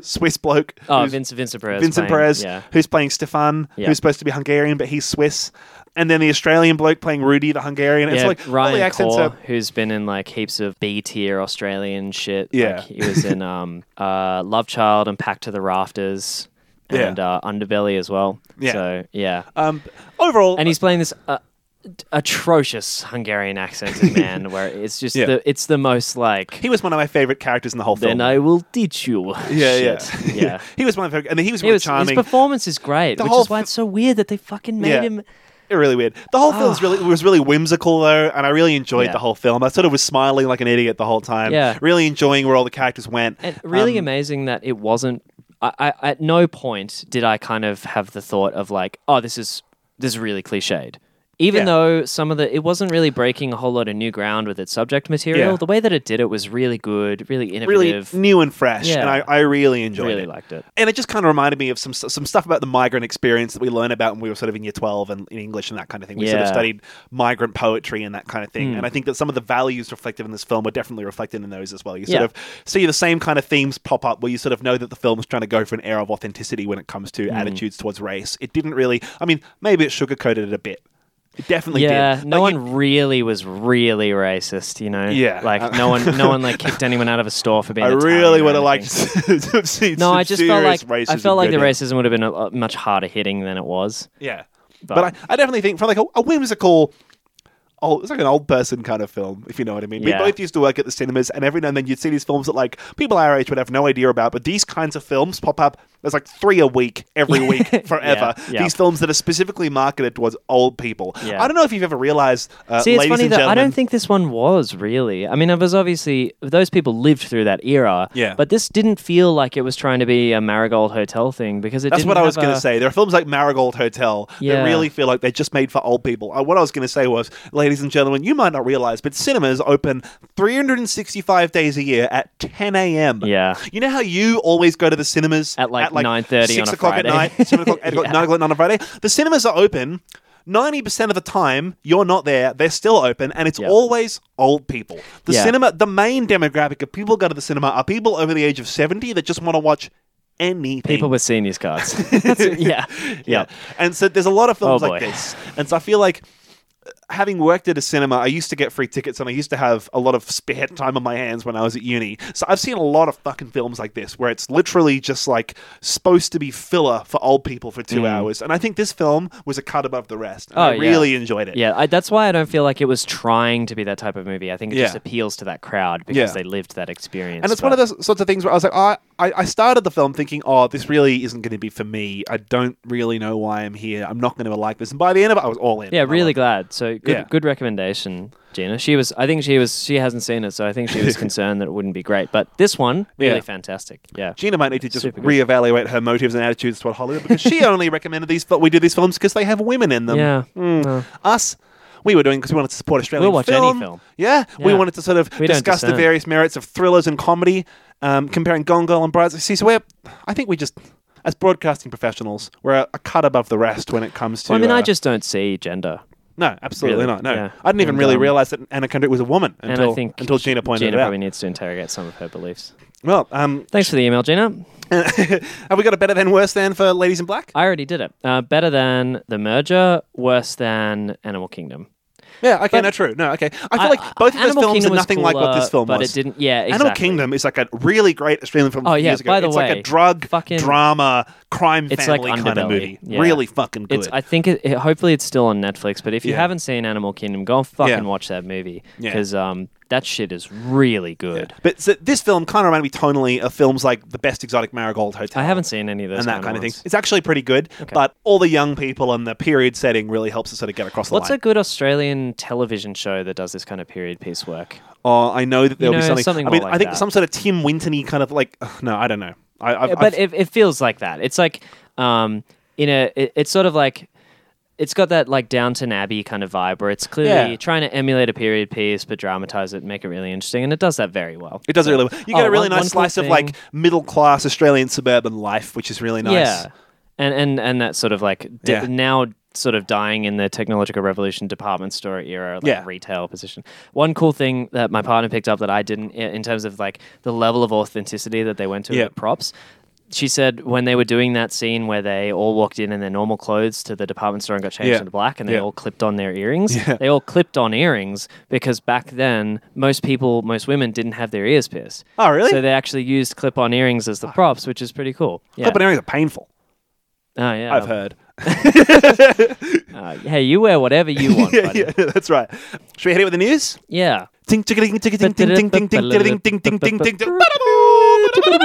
[laughs] Swiss bloke, Oh, who's- Vincent Vincent Perez. Vincent playing- Perez, Yeah. who's playing Stefan, Yeah. who's supposed to be Hungarian but he's Swiss, and then the Australian bloke playing Rudy, the Hungarian. It's yeah, like all the Ryan accents Corr, are. who's been in like heaps of B tier Australian shit. Yeah. like, he [laughs] was in um, uh, Love Child and Packed to the Rafters, Yeah. and uh, Underbelly as well. Yeah. so yeah, Um, overall, and he's playing this uh, d- atrocious Hungarian [laughs] accented man, where it's just Yeah. the it's the most like. he was one of my favorite characters in the whole film. Then I will teach you. [laughs] yeah, [laughs] [laughs] shit. yeah, yeah. he was one of my favorite, and then he was It really was, his charming. performance is great, which whole is why f- it's so weird that they fucking made Yeah. him. really weird. The whole film was really was really whimsical though, and I really enjoyed Ah. Yeah. the whole film. I sort of was smiling like an idiot the whole time. Yeah. really enjoying where all the characters went. And really Um, amazing that it wasn't. I, I at no point did I kind of have the thought of like, oh, this is this is really cliched. Even Yeah. though some of the it wasn't really breaking a whole lot of new ground with its subject material, Yeah. the way that it did it was really good, really really innovative. new and fresh, Yeah. and I, I really enjoyed really it. liked it. and it just kind of reminded me of some some stuff about the migrant experience that we learn about when we were sort of in year 12 and in English and that kind of thing. We sort of Yeah. Hmm. studied migrant poetry and that kind of thing. And I think that some of the values reflected in this film are definitely reflected in those as well. You sort Yeah. of see the same kind of themes pop up where you sort of know that the film is trying to go for an air of authenticity when it comes Hmm. to attitudes towards race. It didn't really, I mean, maybe it sugarcoated it a bit. It definitely Yeah, did. no Like, one really was really racist, you know. Yeah. like no one, no one like kicked anyone out of a store for being. I Italian really or would have anything. liked [laughs] to have seen No, some I just felt serious like racism I felt like the go down. racism would have been a, lot much harder hitting than it was. Yeah. But, But- I, I definitely think for like a, a whimsical old it's like an old person kind of film, if you know what I mean. Yeah. We both used to work at the cinemas and every now and then you'd see these films that like people our age would have no idea about, but these kinds of films pop up there's like three a week [laughs] every week forever. yeah. These films that are specifically marketed towards old people. Yeah. I don't know if you've ever realized uh, See, it's ladies funny and that I gentlemen. don't think this one was really. I mean, it was obviously those people lived through that era. Yeah. But this didn't feel like it was trying to be a Marigold Hotel thing because it. That's didn't what I have was going a- to say. There are films like Marigold Hotel that Yeah. really feel like they're just made for old people. Uh, what I was going to say was, ladies and gentlemen, you might not realize, but cinemas open 365 days a year at 10 a.m. [laughs] Yeah. You know how you always go to the cinemas At, like, 9:30 six on a o'clock at Friday? [laughs] night, seven o'clock, eight o'clock, Yeah. nine o'clock on a Friday. The cinemas are open. 90% of the time, you're not there. They're still open, and it's Yeah. always old people. The Yeah. cinema, the main demographic of people go to the cinema are people over the age of 70 that just want to watch anything. People with [laughs] seniors cards. [laughs] That's it. [laughs] Yeah. Yeah. And so there's a lot of films Oh, like boy. this. And so I feel like uh, having worked at a cinema, I used to get free tickets and I used to have a lot of spare time on my hands when I was at uni. So I've seen a lot of fucking films like this where it's literally just like supposed to be filler for old people for two hours. And I think this film was a cut above the rest. And Mm. Oh, I yeah. really enjoyed it. Yeah, I, that's why I don't feel like it was trying to be that type of movie. I think it Yeah. just appeals to that crowd because Yeah. they lived that experience. And it's one of but- those sorts of things where I was like, oh, I, I started the film thinking, oh, this really isn't going to be for me. I don't really know why I'm here. I'm not going to like this. And by the end of it, I was all in. Yeah, I really loved it. glad. So good, Yeah. good recommendation, Gina. She was. I think she was. She hasn't seen it, so I think she [laughs] was concerned that it wouldn't be great. But this one, really Yeah. fantastic. Yeah. Gina might need to just Super good. reevaluate her motives and attitudes toward Hollywood because [laughs] she only recommended these. But we do these films because they have women in them. Yeah. Mm. Uh, Us, we were doing because we wanted to support Australian We'll watch any film. film. Yeah, we Yeah. wanted to sort of We don't discuss the dissent. various merits of thrillers and comedy, um, comparing Gone Girl and Brides. See, so we're, I think we just, as broadcasting professionals, we're a, a cut above the rest when it comes to. Well, I mean, I uh, just don't see gender. no, absolutely Really? not. No, Yeah. I didn't even And, really um, realize that Anna Kendrick was a woman until and I think until Gina pointed Gina it out. probably needs to interrogate some of her beliefs. Well, um, Thanks for the email, Gina. Have we got a better than worse than for Ladies in Black? I already did it. Uh, better than The Merger, worse than Animal Kingdom. Yeah, okay, no, true. No, okay. I feel like both of those Animal films Kingdom are was nothing like what cooler, this film but was. it didn't. Yeah, exactly. Animal Kingdom is like a really great Australian film. Oh, from yeah, years ago. by the it's like way, a drug, fucking- drama, crime It's like family kind of Underbelly, movie. yeah. Really fucking good. It's. I think. It, it- hopefully, it's still on Netflix. But if you Yeah. haven't seen Animal Kingdom, go and fucking Yeah. watch that movie Yeah. because um, that shit is really good. but so this film kind of reminded me tonally of films like The Best Exotic Marigold Hotel. I haven't seen any of those and that kind of thing. ones. It's actually pretty good, but all the young people and the period setting really helps us sort of get across the What's a line. good Australian television show that does this kind of period piece work? oh, I know that there'll know, be something. something I mean, more I like think that. some sort of Tim Wintony kind of like. [sighs] ugh, No, I don't know. I, I've, but I've- it, it feels like that. It's like um, in a it, it's sort of like it's got that like Downton Abbey kind of vibe where it's clearly Yeah. trying to emulate a period piece but dramatize it, and make it really interesting, and it does that very well. it does So- it really well. You Oh, get a really nice one- one cool slice of thing- like middle class Australian suburban life, which is really nice. yeah, and and and that sort of like di- Yeah. now sort of dying in the technological revolution department store era like Yeah. retail position one cool thing that my partner picked up that i didn't i- in terms of like the level of authenticity that they went to Yeah. with props she said when they were doing that scene where they all walked in in their normal clothes to the department store and got changed Yeah. into black and they Yeah. all clipped on their earrings Yeah. they all clipped on earrings because back then most people most women didn't have their ears pierced Oh, really? so they actually used clip-on earrings as the props which is pretty cool yeah. Clip and earrings are painful. Oh yeah, I've [laughs] heard. Uh, hey, you wear whatever [laughs] you want, Yeah, buddy. yeah, that's right. Should we hit it with the news? Yeah. Ting ting ting ting ting ting ting ting ting ting ting ting ting ting ting.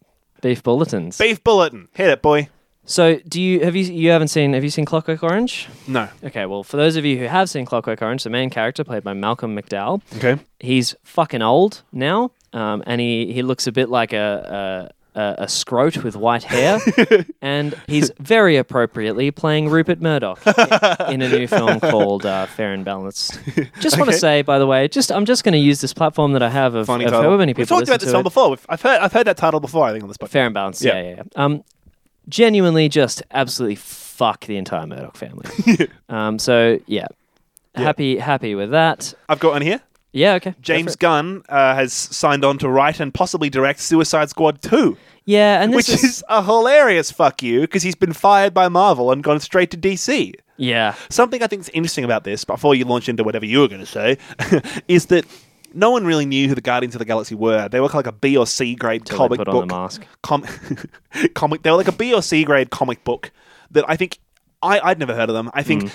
[laughs] Beef bulletins. Beef bulletin. Hit it, boy. so, do you have you you haven't seen have you seen Clockwork Orange? No. Okay, well, for those of you who have seen Clockwork Orange, the main character played by Malcolm McDowell, Okay. he's fucking old now, um, and he he looks a bit like a. a a, a scrote with [laughs] white hair, and he's very appropriately playing Rupert Murdoch i- in a [laughs] new film called uh, Fair and Balanced. Just want to say, by the way, just I'm just going to use this platform that I have of, Funny of title. however many people We've talked listen about this to film it. before. We've- I've heard I've heard that title before. I think on this podcast. Fair and balanced. Yeah, Yeah. yeah, yeah. Um, genuinely, just absolutely fuck the entire [laughs] Murdoch family. um, so yeah. happy happy with that. I've got one here. Yeah, okay. go for James it. Gunn uh, has signed on to write and possibly direct Suicide Squad 2, Yeah, and this which is a hilarious fuck you because he's been fired by Marvel and gone straight to DC. yeah. Something I think is interesting about this, before you launch into whatever you were going to say, [laughs] is that no one really knew who the Guardians of the Galaxy were. They were like a B or C grade they comic put on book. the mask. Com- [laughs] comic. They were like a B or C grade comic book that I think I, I'd never heard of them. I think. Mm.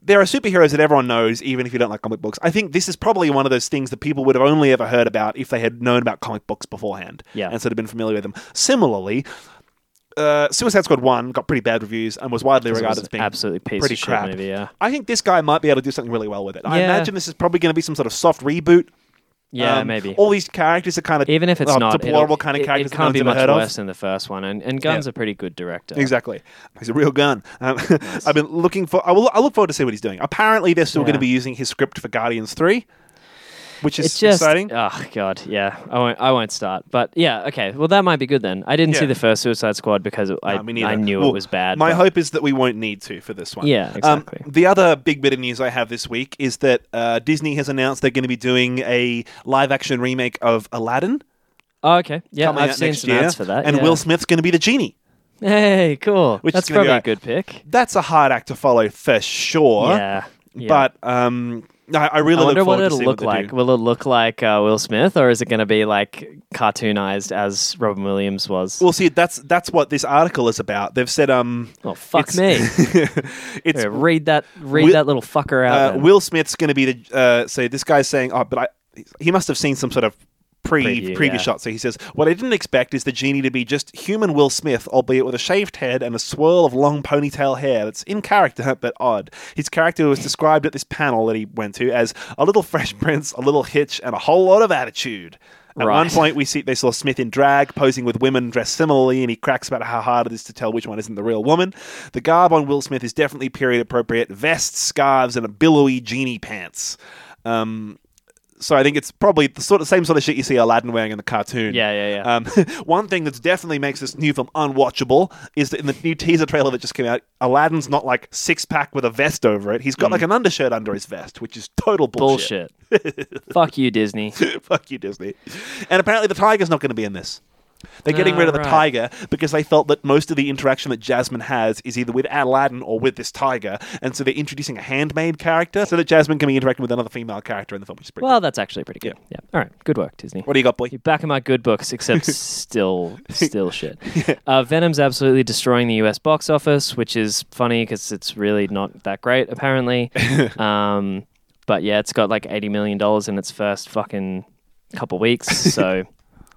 There are superheroes that everyone knows, even if you don't like comic books. I think this is probably one of those things that people would have only ever heard about if they had known about comic books beforehand Yeah. and sort of been familiar with them. Similarly, uh, Suicide Squad 1 got pretty bad reviews and was widely It was regarded an as being absolute piece pretty of shit crap. movie, yeah. I think this guy might be able to do something really well with it. I Yeah. imagine this is probably going to be some sort of soft reboot. Yeah, Um, maybe. All these characters are kind of Even if it's uh, not it'll- deplorable kind of it- characters. It that can't no be one's ever much heard of. worse than the first one. And and Gunn's Yeah. a pretty good director. Exactly. He's a real gun. Um, [laughs] I've been looking for. I will. I look forward to see what he's doing. Apparently, they're still Yeah. going to be using his script for Guardians Three, which is It's just exciting. Oh god, yeah. I won't I won't start. But yeah, okay. Well that might be good then. I didn't see Yeah. the first Suicide Squad because I, Uh, me neither. I knew Well, it was bad. My but- hope is that we won't need to for this one. Yeah, exactly. Um, the other big bit of news I have this week is that uh, Disney has announced they're going to be doing a live-action remake of Aladdin Oh, okay. Yeah, coming I've out seen next some year, ads for that. and yeah. Will Smith's going to be the genie. Hey, cool. Which is That's gonna be probably a like- good pick. That's a hard act to follow for sure. Yeah. yeah. But um, I, I really I wonder look forward what it'll to see what look they like. do. Will it look like uh, Will Smith, or is it going to be like cartoonized as Robin Williams was? Well, see, that's that's what this article is about. They've said, um, oh fuck me! [laughs] it's Yeah, read that. Read Will- that little fucker out. uh, then. Will Smith's going to be the. Uh, so this guy's saying, oh, but I, he must have seen some sort of pre Preview, preview yeah. shot. So he says, what I didn't expect is the genie to be just human Will Smith, albeit with a shaved head and a swirl of long ponytail hair that's in character but odd. His character was described at this panel that he went to as a little Fresh [laughs] Prince, a little hitch, and a whole lot of attitude. At Right. one point, we see they saw Smith in drag posing with women dressed similarly, and he cracks about how hard it is to tell which one isn't the real woman. The garb on Will Smith is definitely period appropriate: vests, scarves, and a billowy genie pants. Um, so I think it's probably the sort of same sort of shit you see Aladdin wearing in the cartoon. Yeah, yeah, yeah. Um, [laughs] one thing that's definitely makes this new film unwatchable is that in the new teaser trailer that just came out, Aladdin's not like six pack with a vest over it. He's Hmm. got like an undershirt under his vest, which is total bullshit. [laughs] Bullshit. Fuck you, Disney. Fuck you, Disney. And apparently, the tiger's not going to be in this. They're getting Ah, rid of the right. tiger because they felt that most of the interaction that Jasmine has is either with Aladdin or with this tiger, and so they're introducing a handmade character so that Jasmine can be interacting with another female character in the film. Which is pretty Well, that's actually pretty good. Yeah. All right. Good work, Disney. cool. What do you got, boy? You're back in my good [laughs] books, except still, still shit. Uh, Venom's absolutely destroying the U.S. box office, which is funny because it's really not that [laughs] great, apparently. um, but yeah, it's got like eighty million dollars in its first fucking couple weeks, [laughs] so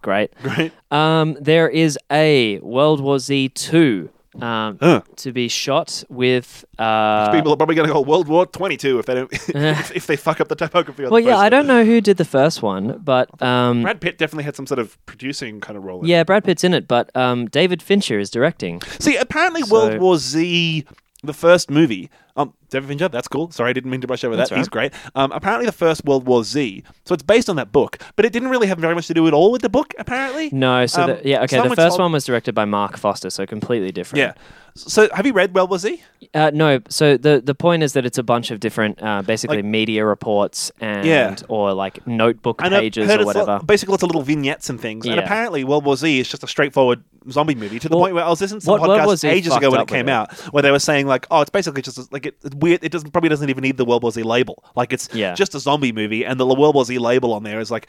great. Right? Um, there is a World War Z two um, Huh. to be shot with. Uh, People are probably going to go World War Twenty Two if they [laughs] don't [laughs] if, if they fuck up the typography. On well, the yeah, poster. I don't know who did the first one, but um, Brad Pitt definitely had some sort of producing kind of role. in it. yeah, Brad Pitt's in it, but um, David Fincher is directing. See, apparently, So- World War Z, the first movie. Um, David Fincher, that's cool. Sorry, I didn't mean to brush over That's that. He's great. Um, apparently, the first World War Z. So it's based on that book, but it didn't really have very much to do at all with the book. Apparently, No, so Um, the, yeah, okay. The someone first told- one was directed by Mark Foster, so completely different. Yeah. So have you read World War Z? Uh, no, so the the point is that it's a bunch of different, uh, basically media reports and Yeah. or like notebook And I've pages heard or it's lo- whatever. basically, lots of little vignettes and things. And Yeah. apparently, World War Z is just a straightforward zombie movie to the Well, point where I was listening to some what World War podcast Z ages fucked ago when up it came with it. out, where they were saying like, "Oh, it's basically just a, like it, it's weird. It doesn't probably doesn't even need the World War Z label. Like it's Yeah. just a zombie movie, and the World War Z label on there is like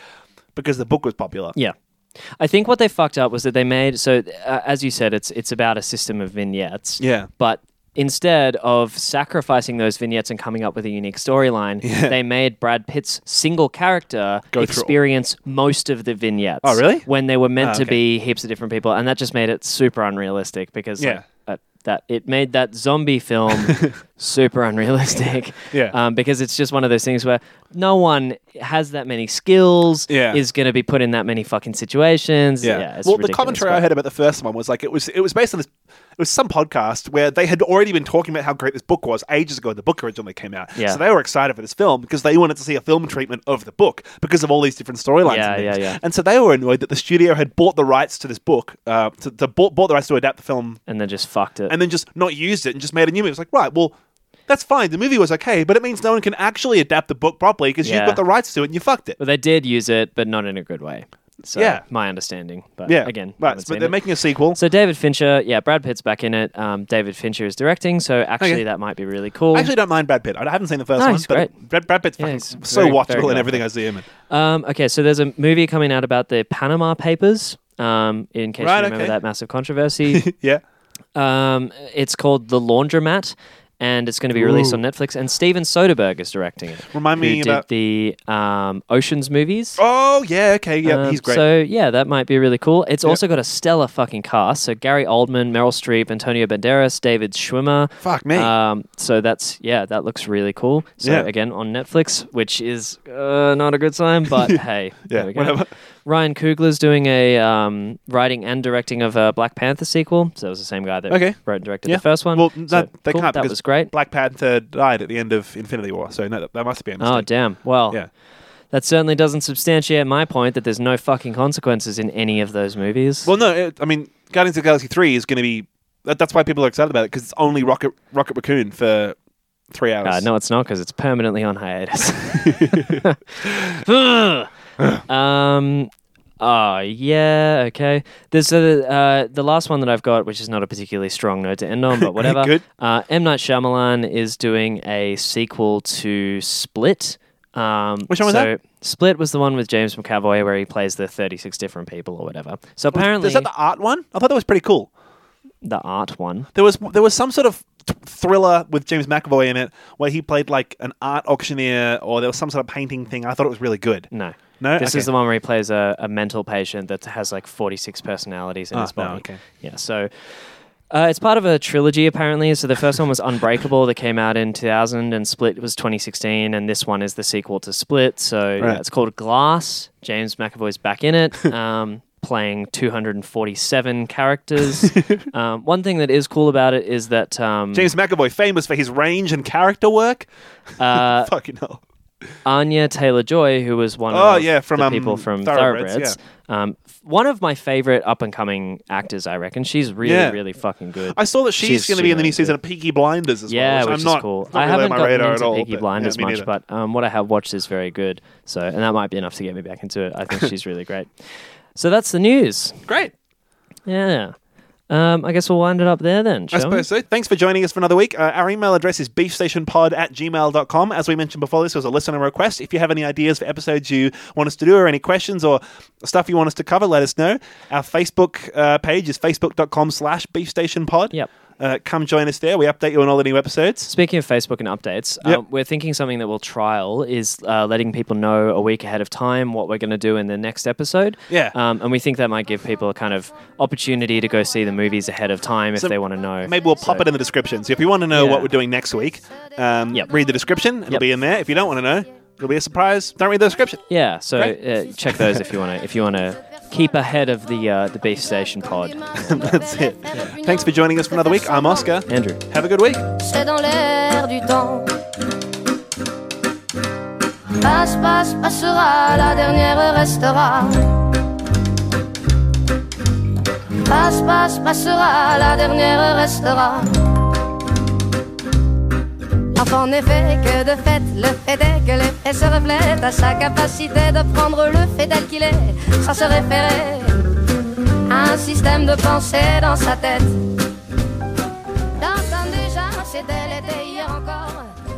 because the book was popular. Yeah. I think what they fucked up was that they made so uh, as you said it's it's about a system of vignettes. Yeah. But instead of sacrificing those vignettes and coming up with a unique [laughs] storyline, they made Brad Pitt's single character Go through all- experience most of the vignettes. Oh, really? When they were meant Ah, to okay. be heaps of different people and that just made it super unrealistic because like, Yeah. uh, that it made that zombie film [laughs] super unrealistic. Yeah. Um, because it's just one of those things where no one has that many skills Yeah. is going to be put in that many fucking situations. Yeah. it's well, the ridiculous, commentary but- I heard about the first one was like it was it was based on this. It was some podcast where they had already been talking about how great this book was ages ago. when The book originally came out, Yeah. so they were excited for this film because they wanted to see a film treatment of the book because of all these different storylines. Yeah, and things. yeah, yeah. And so they were annoyed that the studio had bought the rights to this book, uh, to, to bought, bought the rights to adapt the film, and then just fucked it. and then just not used it and just made a new movie. It's like right, well. That's fine. The movie was okay, but it means no one can actually adapt the book properly because Yeah. you've got the rights to it and you fucked it. but they did use it, but not in a good way. So Yeah. my understanding. But Yeah. again, right. haven't But seen they're it. making a sequel. so David Fincher, yeah, Brad Pitt's back in it. Um, David Fincher is directing, so actually Okay. that might be really cool. I actually don't mind Brad Pitt. I haven't seen the first No, one, he's but great. Brad, Brad Pitt's Yeah, fucking he's so very- watchable very good in everything I see him in. Um, okay, so there's a movie coming out about the Panama Papers. Um, in case Right, you remember okay. that massive controversy, [laughs] Yeah. Um, it's called The Laundromat, and it's going to be released Ooh. on Netflix. And Steven Soderbergh is directing it. Remind who me did about- the um, Ocean's movies. Oh yeah. Okay. Yeah. Um, he's great. So yeah, that might be really cool. It's also got a stellar fucking cast. So Gary Oldman, Meryl Streep, Antonio Banderas, David Schwimmer. Fuck me. Um, so that's yeah, that looks really cool. So Yeah. again on Netflix, which is uh, not a good sign, [laughs] but hey, there Yeah, we go. whatever. Ryan Coogler's doing a um, writing and directing of a Black Panther sequel. So it was the same guy that Okay. wrote and directed Yeah. the first one. well, So, no, they cool, can't. That because was great. Black Panther died at the end of Infinity War, so no, that, that must be a Oh mistake. damn! Well, yeah. that certainly doesn't substantiate my point that there's no fucking consequences in any of those movies. Well, no. It, I mean, Guardians of the Galaxy Three is going to be. That, that's why people are excited about it because it's only Rocket Rocket Raccoon for three hours. Uh, no, it's not because it's permanently on hiatus. [laughs] [laughs] um. Oh yeah, okay. There's uh, uh, the last one that I've got, which is not a particularly strong note to end [laughs] on, but whatever. Good. Uh, M Night Shyamalan is doing a sequel to Split. Um, Which one was so Split was the one with James McAvoy where he plays the 36 different people or whatever. So apparently Is that the art one? I thought that was pretty cool. the art one. There was there was some sort of th- thriller with James McAvoy in it where he played like an art auctioneer or there was some sort of painting thing. I thought it was really good. No. No? This is Okay. the one where he plays a, a mental patient that has like 46 personalities in Ah, his no, body. okay. Yeah, so uh, it's part of a trilogy apparently. So the first one was Unbreakable that came out in 2000 and Split was 2016 and this one is the sequel to Split. So yeah, Right. it's called Glass. James McAvoy's back [laughs] in it. Um, playing [laughs] 247 characters. um, one thing that is cool about it is that um, James McAvoy, famous for his range and character work. uh, Fucking hell. Anya Taylor Joy, who was one Oh, of yeah, from, the um, people from Thoroughbreds. Thoroughbreds, Um, f- one of my favorite up and coming actors, I reckon. She's really, Yeah. really fucking good. I saw that she's, She's going to be in the super new season of Peaky Blinders as yeah, well. which I'm not, is cool. not I really haven't on my gotten radar into at all. Peaky but- Blind yeah, as me much, neither. but um, what I have watched is very good. [laughs] So, and that might be enough to get me back into it. I think she's really great. So that's the news. great. Yeah. Um, I guess we'll wind it up there then. I Shall we? suppose so. Thanks for joining us for another week. Uh, our email address is beefstationpod at gmail.com. As we mentioned before, this was a listener request. If you have any ideas for episodes you want us to do or any questions or stuff you want us to cover, let us know. Our Facebook uh, page is facebook.com slash beefstationpod. Yep. Uh, come join us there. We update you on all the new episodes. Speaking of Facebook and updates, Yep. um, we're thinking something that we'll trial is uh, letting people know a week ahead of time what we're going to do in the next episode. Yeah. Um, and we think that might give people a kind of opportunity to go see the movies ahead of time if So they want to know. Maybe we'll pop it in the description. So if you want to know Yeah. what we're doing next week, um, Yep. read the description. It'll Yep. be in there. If you don't want to know, it'll be a surprise. Don't read the description. [laughs] Yeah. So Great. uh, check those if you want to. If you want to keep ahead of the uh, the Beef Station [laughs] pod, [laughs] That's it. Thanks for joining us for another week. I'm Oscar. Andrew. Have a good week. c'est dans l'air du temps. Passe, passe, passera, la dernière restera. Passe, passe, passera, la dernière restera. Enfant n'est fait que de fait, le fait est que le fait se reflète à sa capacité de prendre le fait tel qu'il est, sans se référer à un système de pensée dans sa tête. D'entendre déjà, c'était l'été hier encore.